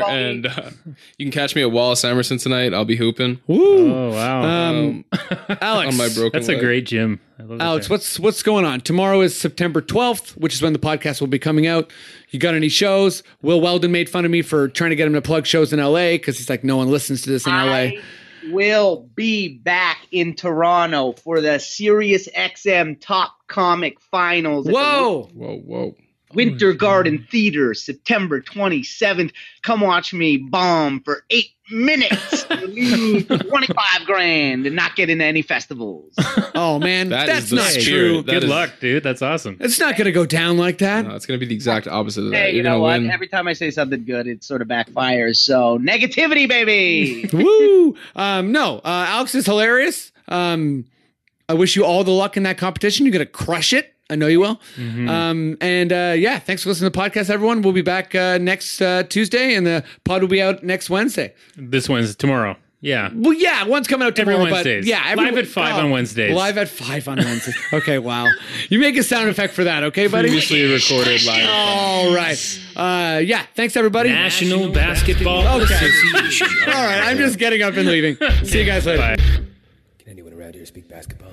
Speaker 5: nowhere,
Speaker 6: buddy.
Speaker 5: and (laughs) uh, you can catch me at Wallace Emerson tonight. I'll be hooping.
Speaker 4: Woo.
Speaker 3: Oh wow.
Speaker 4: um, Alex,
Speaker 5: Uh, on my broken.
Speaker 3: That's a
Speaker 5: leg.
Speaker 3: great gym. I love that
Speaker 4: Alex,
Speaker 3: gym.
Speaker 4: what's what's going on? Tomorrow is September 12th, which is when the podcast will be coming out. You got any shows? Will Weldon made fun of me for trying to get him to plug shows in LA because he's like, no one listens to this in LA.
Speaker 6: I will be back in Toronto for the Sirius XM Top Comic Finals. at the
Speaker 4: Whoa!
Speaker 5: Whoa, whoa.
Speaker 6: Winter Garden Theater, September 27th. Come watch me bomb for eight
Speaker 4: (laughs)
Speaker 6: minutes, and lose 25 grand, and not get into any festivals.
Speaker 4: Oh man,
Speaker 5: That
Speaker 4: that's
Speaker 5: is the
Speaker 4: not
Speaker 5: spirit.
Speaker 4: true.
Speaker 5: That
Speaker 3: Good
Speaker 5: is-
Speaker 3: luck, dude. That's awesome.
Speaker 4: It's not gonna go down like that.
Speaker 3: Uh-huh.
Speaker 5: No, it's gonna be the exact opposite of that.
Speaker 6: Hey, uh, you
Speaker 5: You're
Speaker 6: know
Speaker 5: gonna
Speaker 6: what?
Speaker 5: win.
Speaker 6: Every time I say something good, it sort of backfires. So negativity, (laughs) baby.
Speaker 4: Woo! Um, no, uh, Alex is hilarious. Um, I wish you all the luck in that competition. You're gonna crush it. I know you will.
Speaker 3: Mm-hmm.
Speaker 4: Um, and uh, yeah, thanks for listening to the podcast, everyone. We'll be back uh, next uh, Tuesday, and the pod will be out next Wednesday.
Speaker 3: This Wednesday, tomorrow. Yeah.
Speaker 4: Well, yeah, one's coming out
Speaker 3: Every
Speaker 4: tomorrow, but
Speaker 3: Wednesdays.
Speaker 4: yeah, oh,
Speaker 3: Live at five on Wednesdays.
Speaker 4: Live at five on Wednesdays. (laughs) okay, wow. You make a sound effect for that, okay, buddy?
Speaker 5: Previously recorded live.
Speaker 4: All right. Uh, yeah, thanks everybody.
Speaker 3: National Basketball
Speaker 4: Okay.
Speaker 3: Association.
Speaker 4: All right, I'm just getting up and leaving. See you guys later.
Speaker 3: Bye.
Speaker 1: Can anyone around here speak basketball?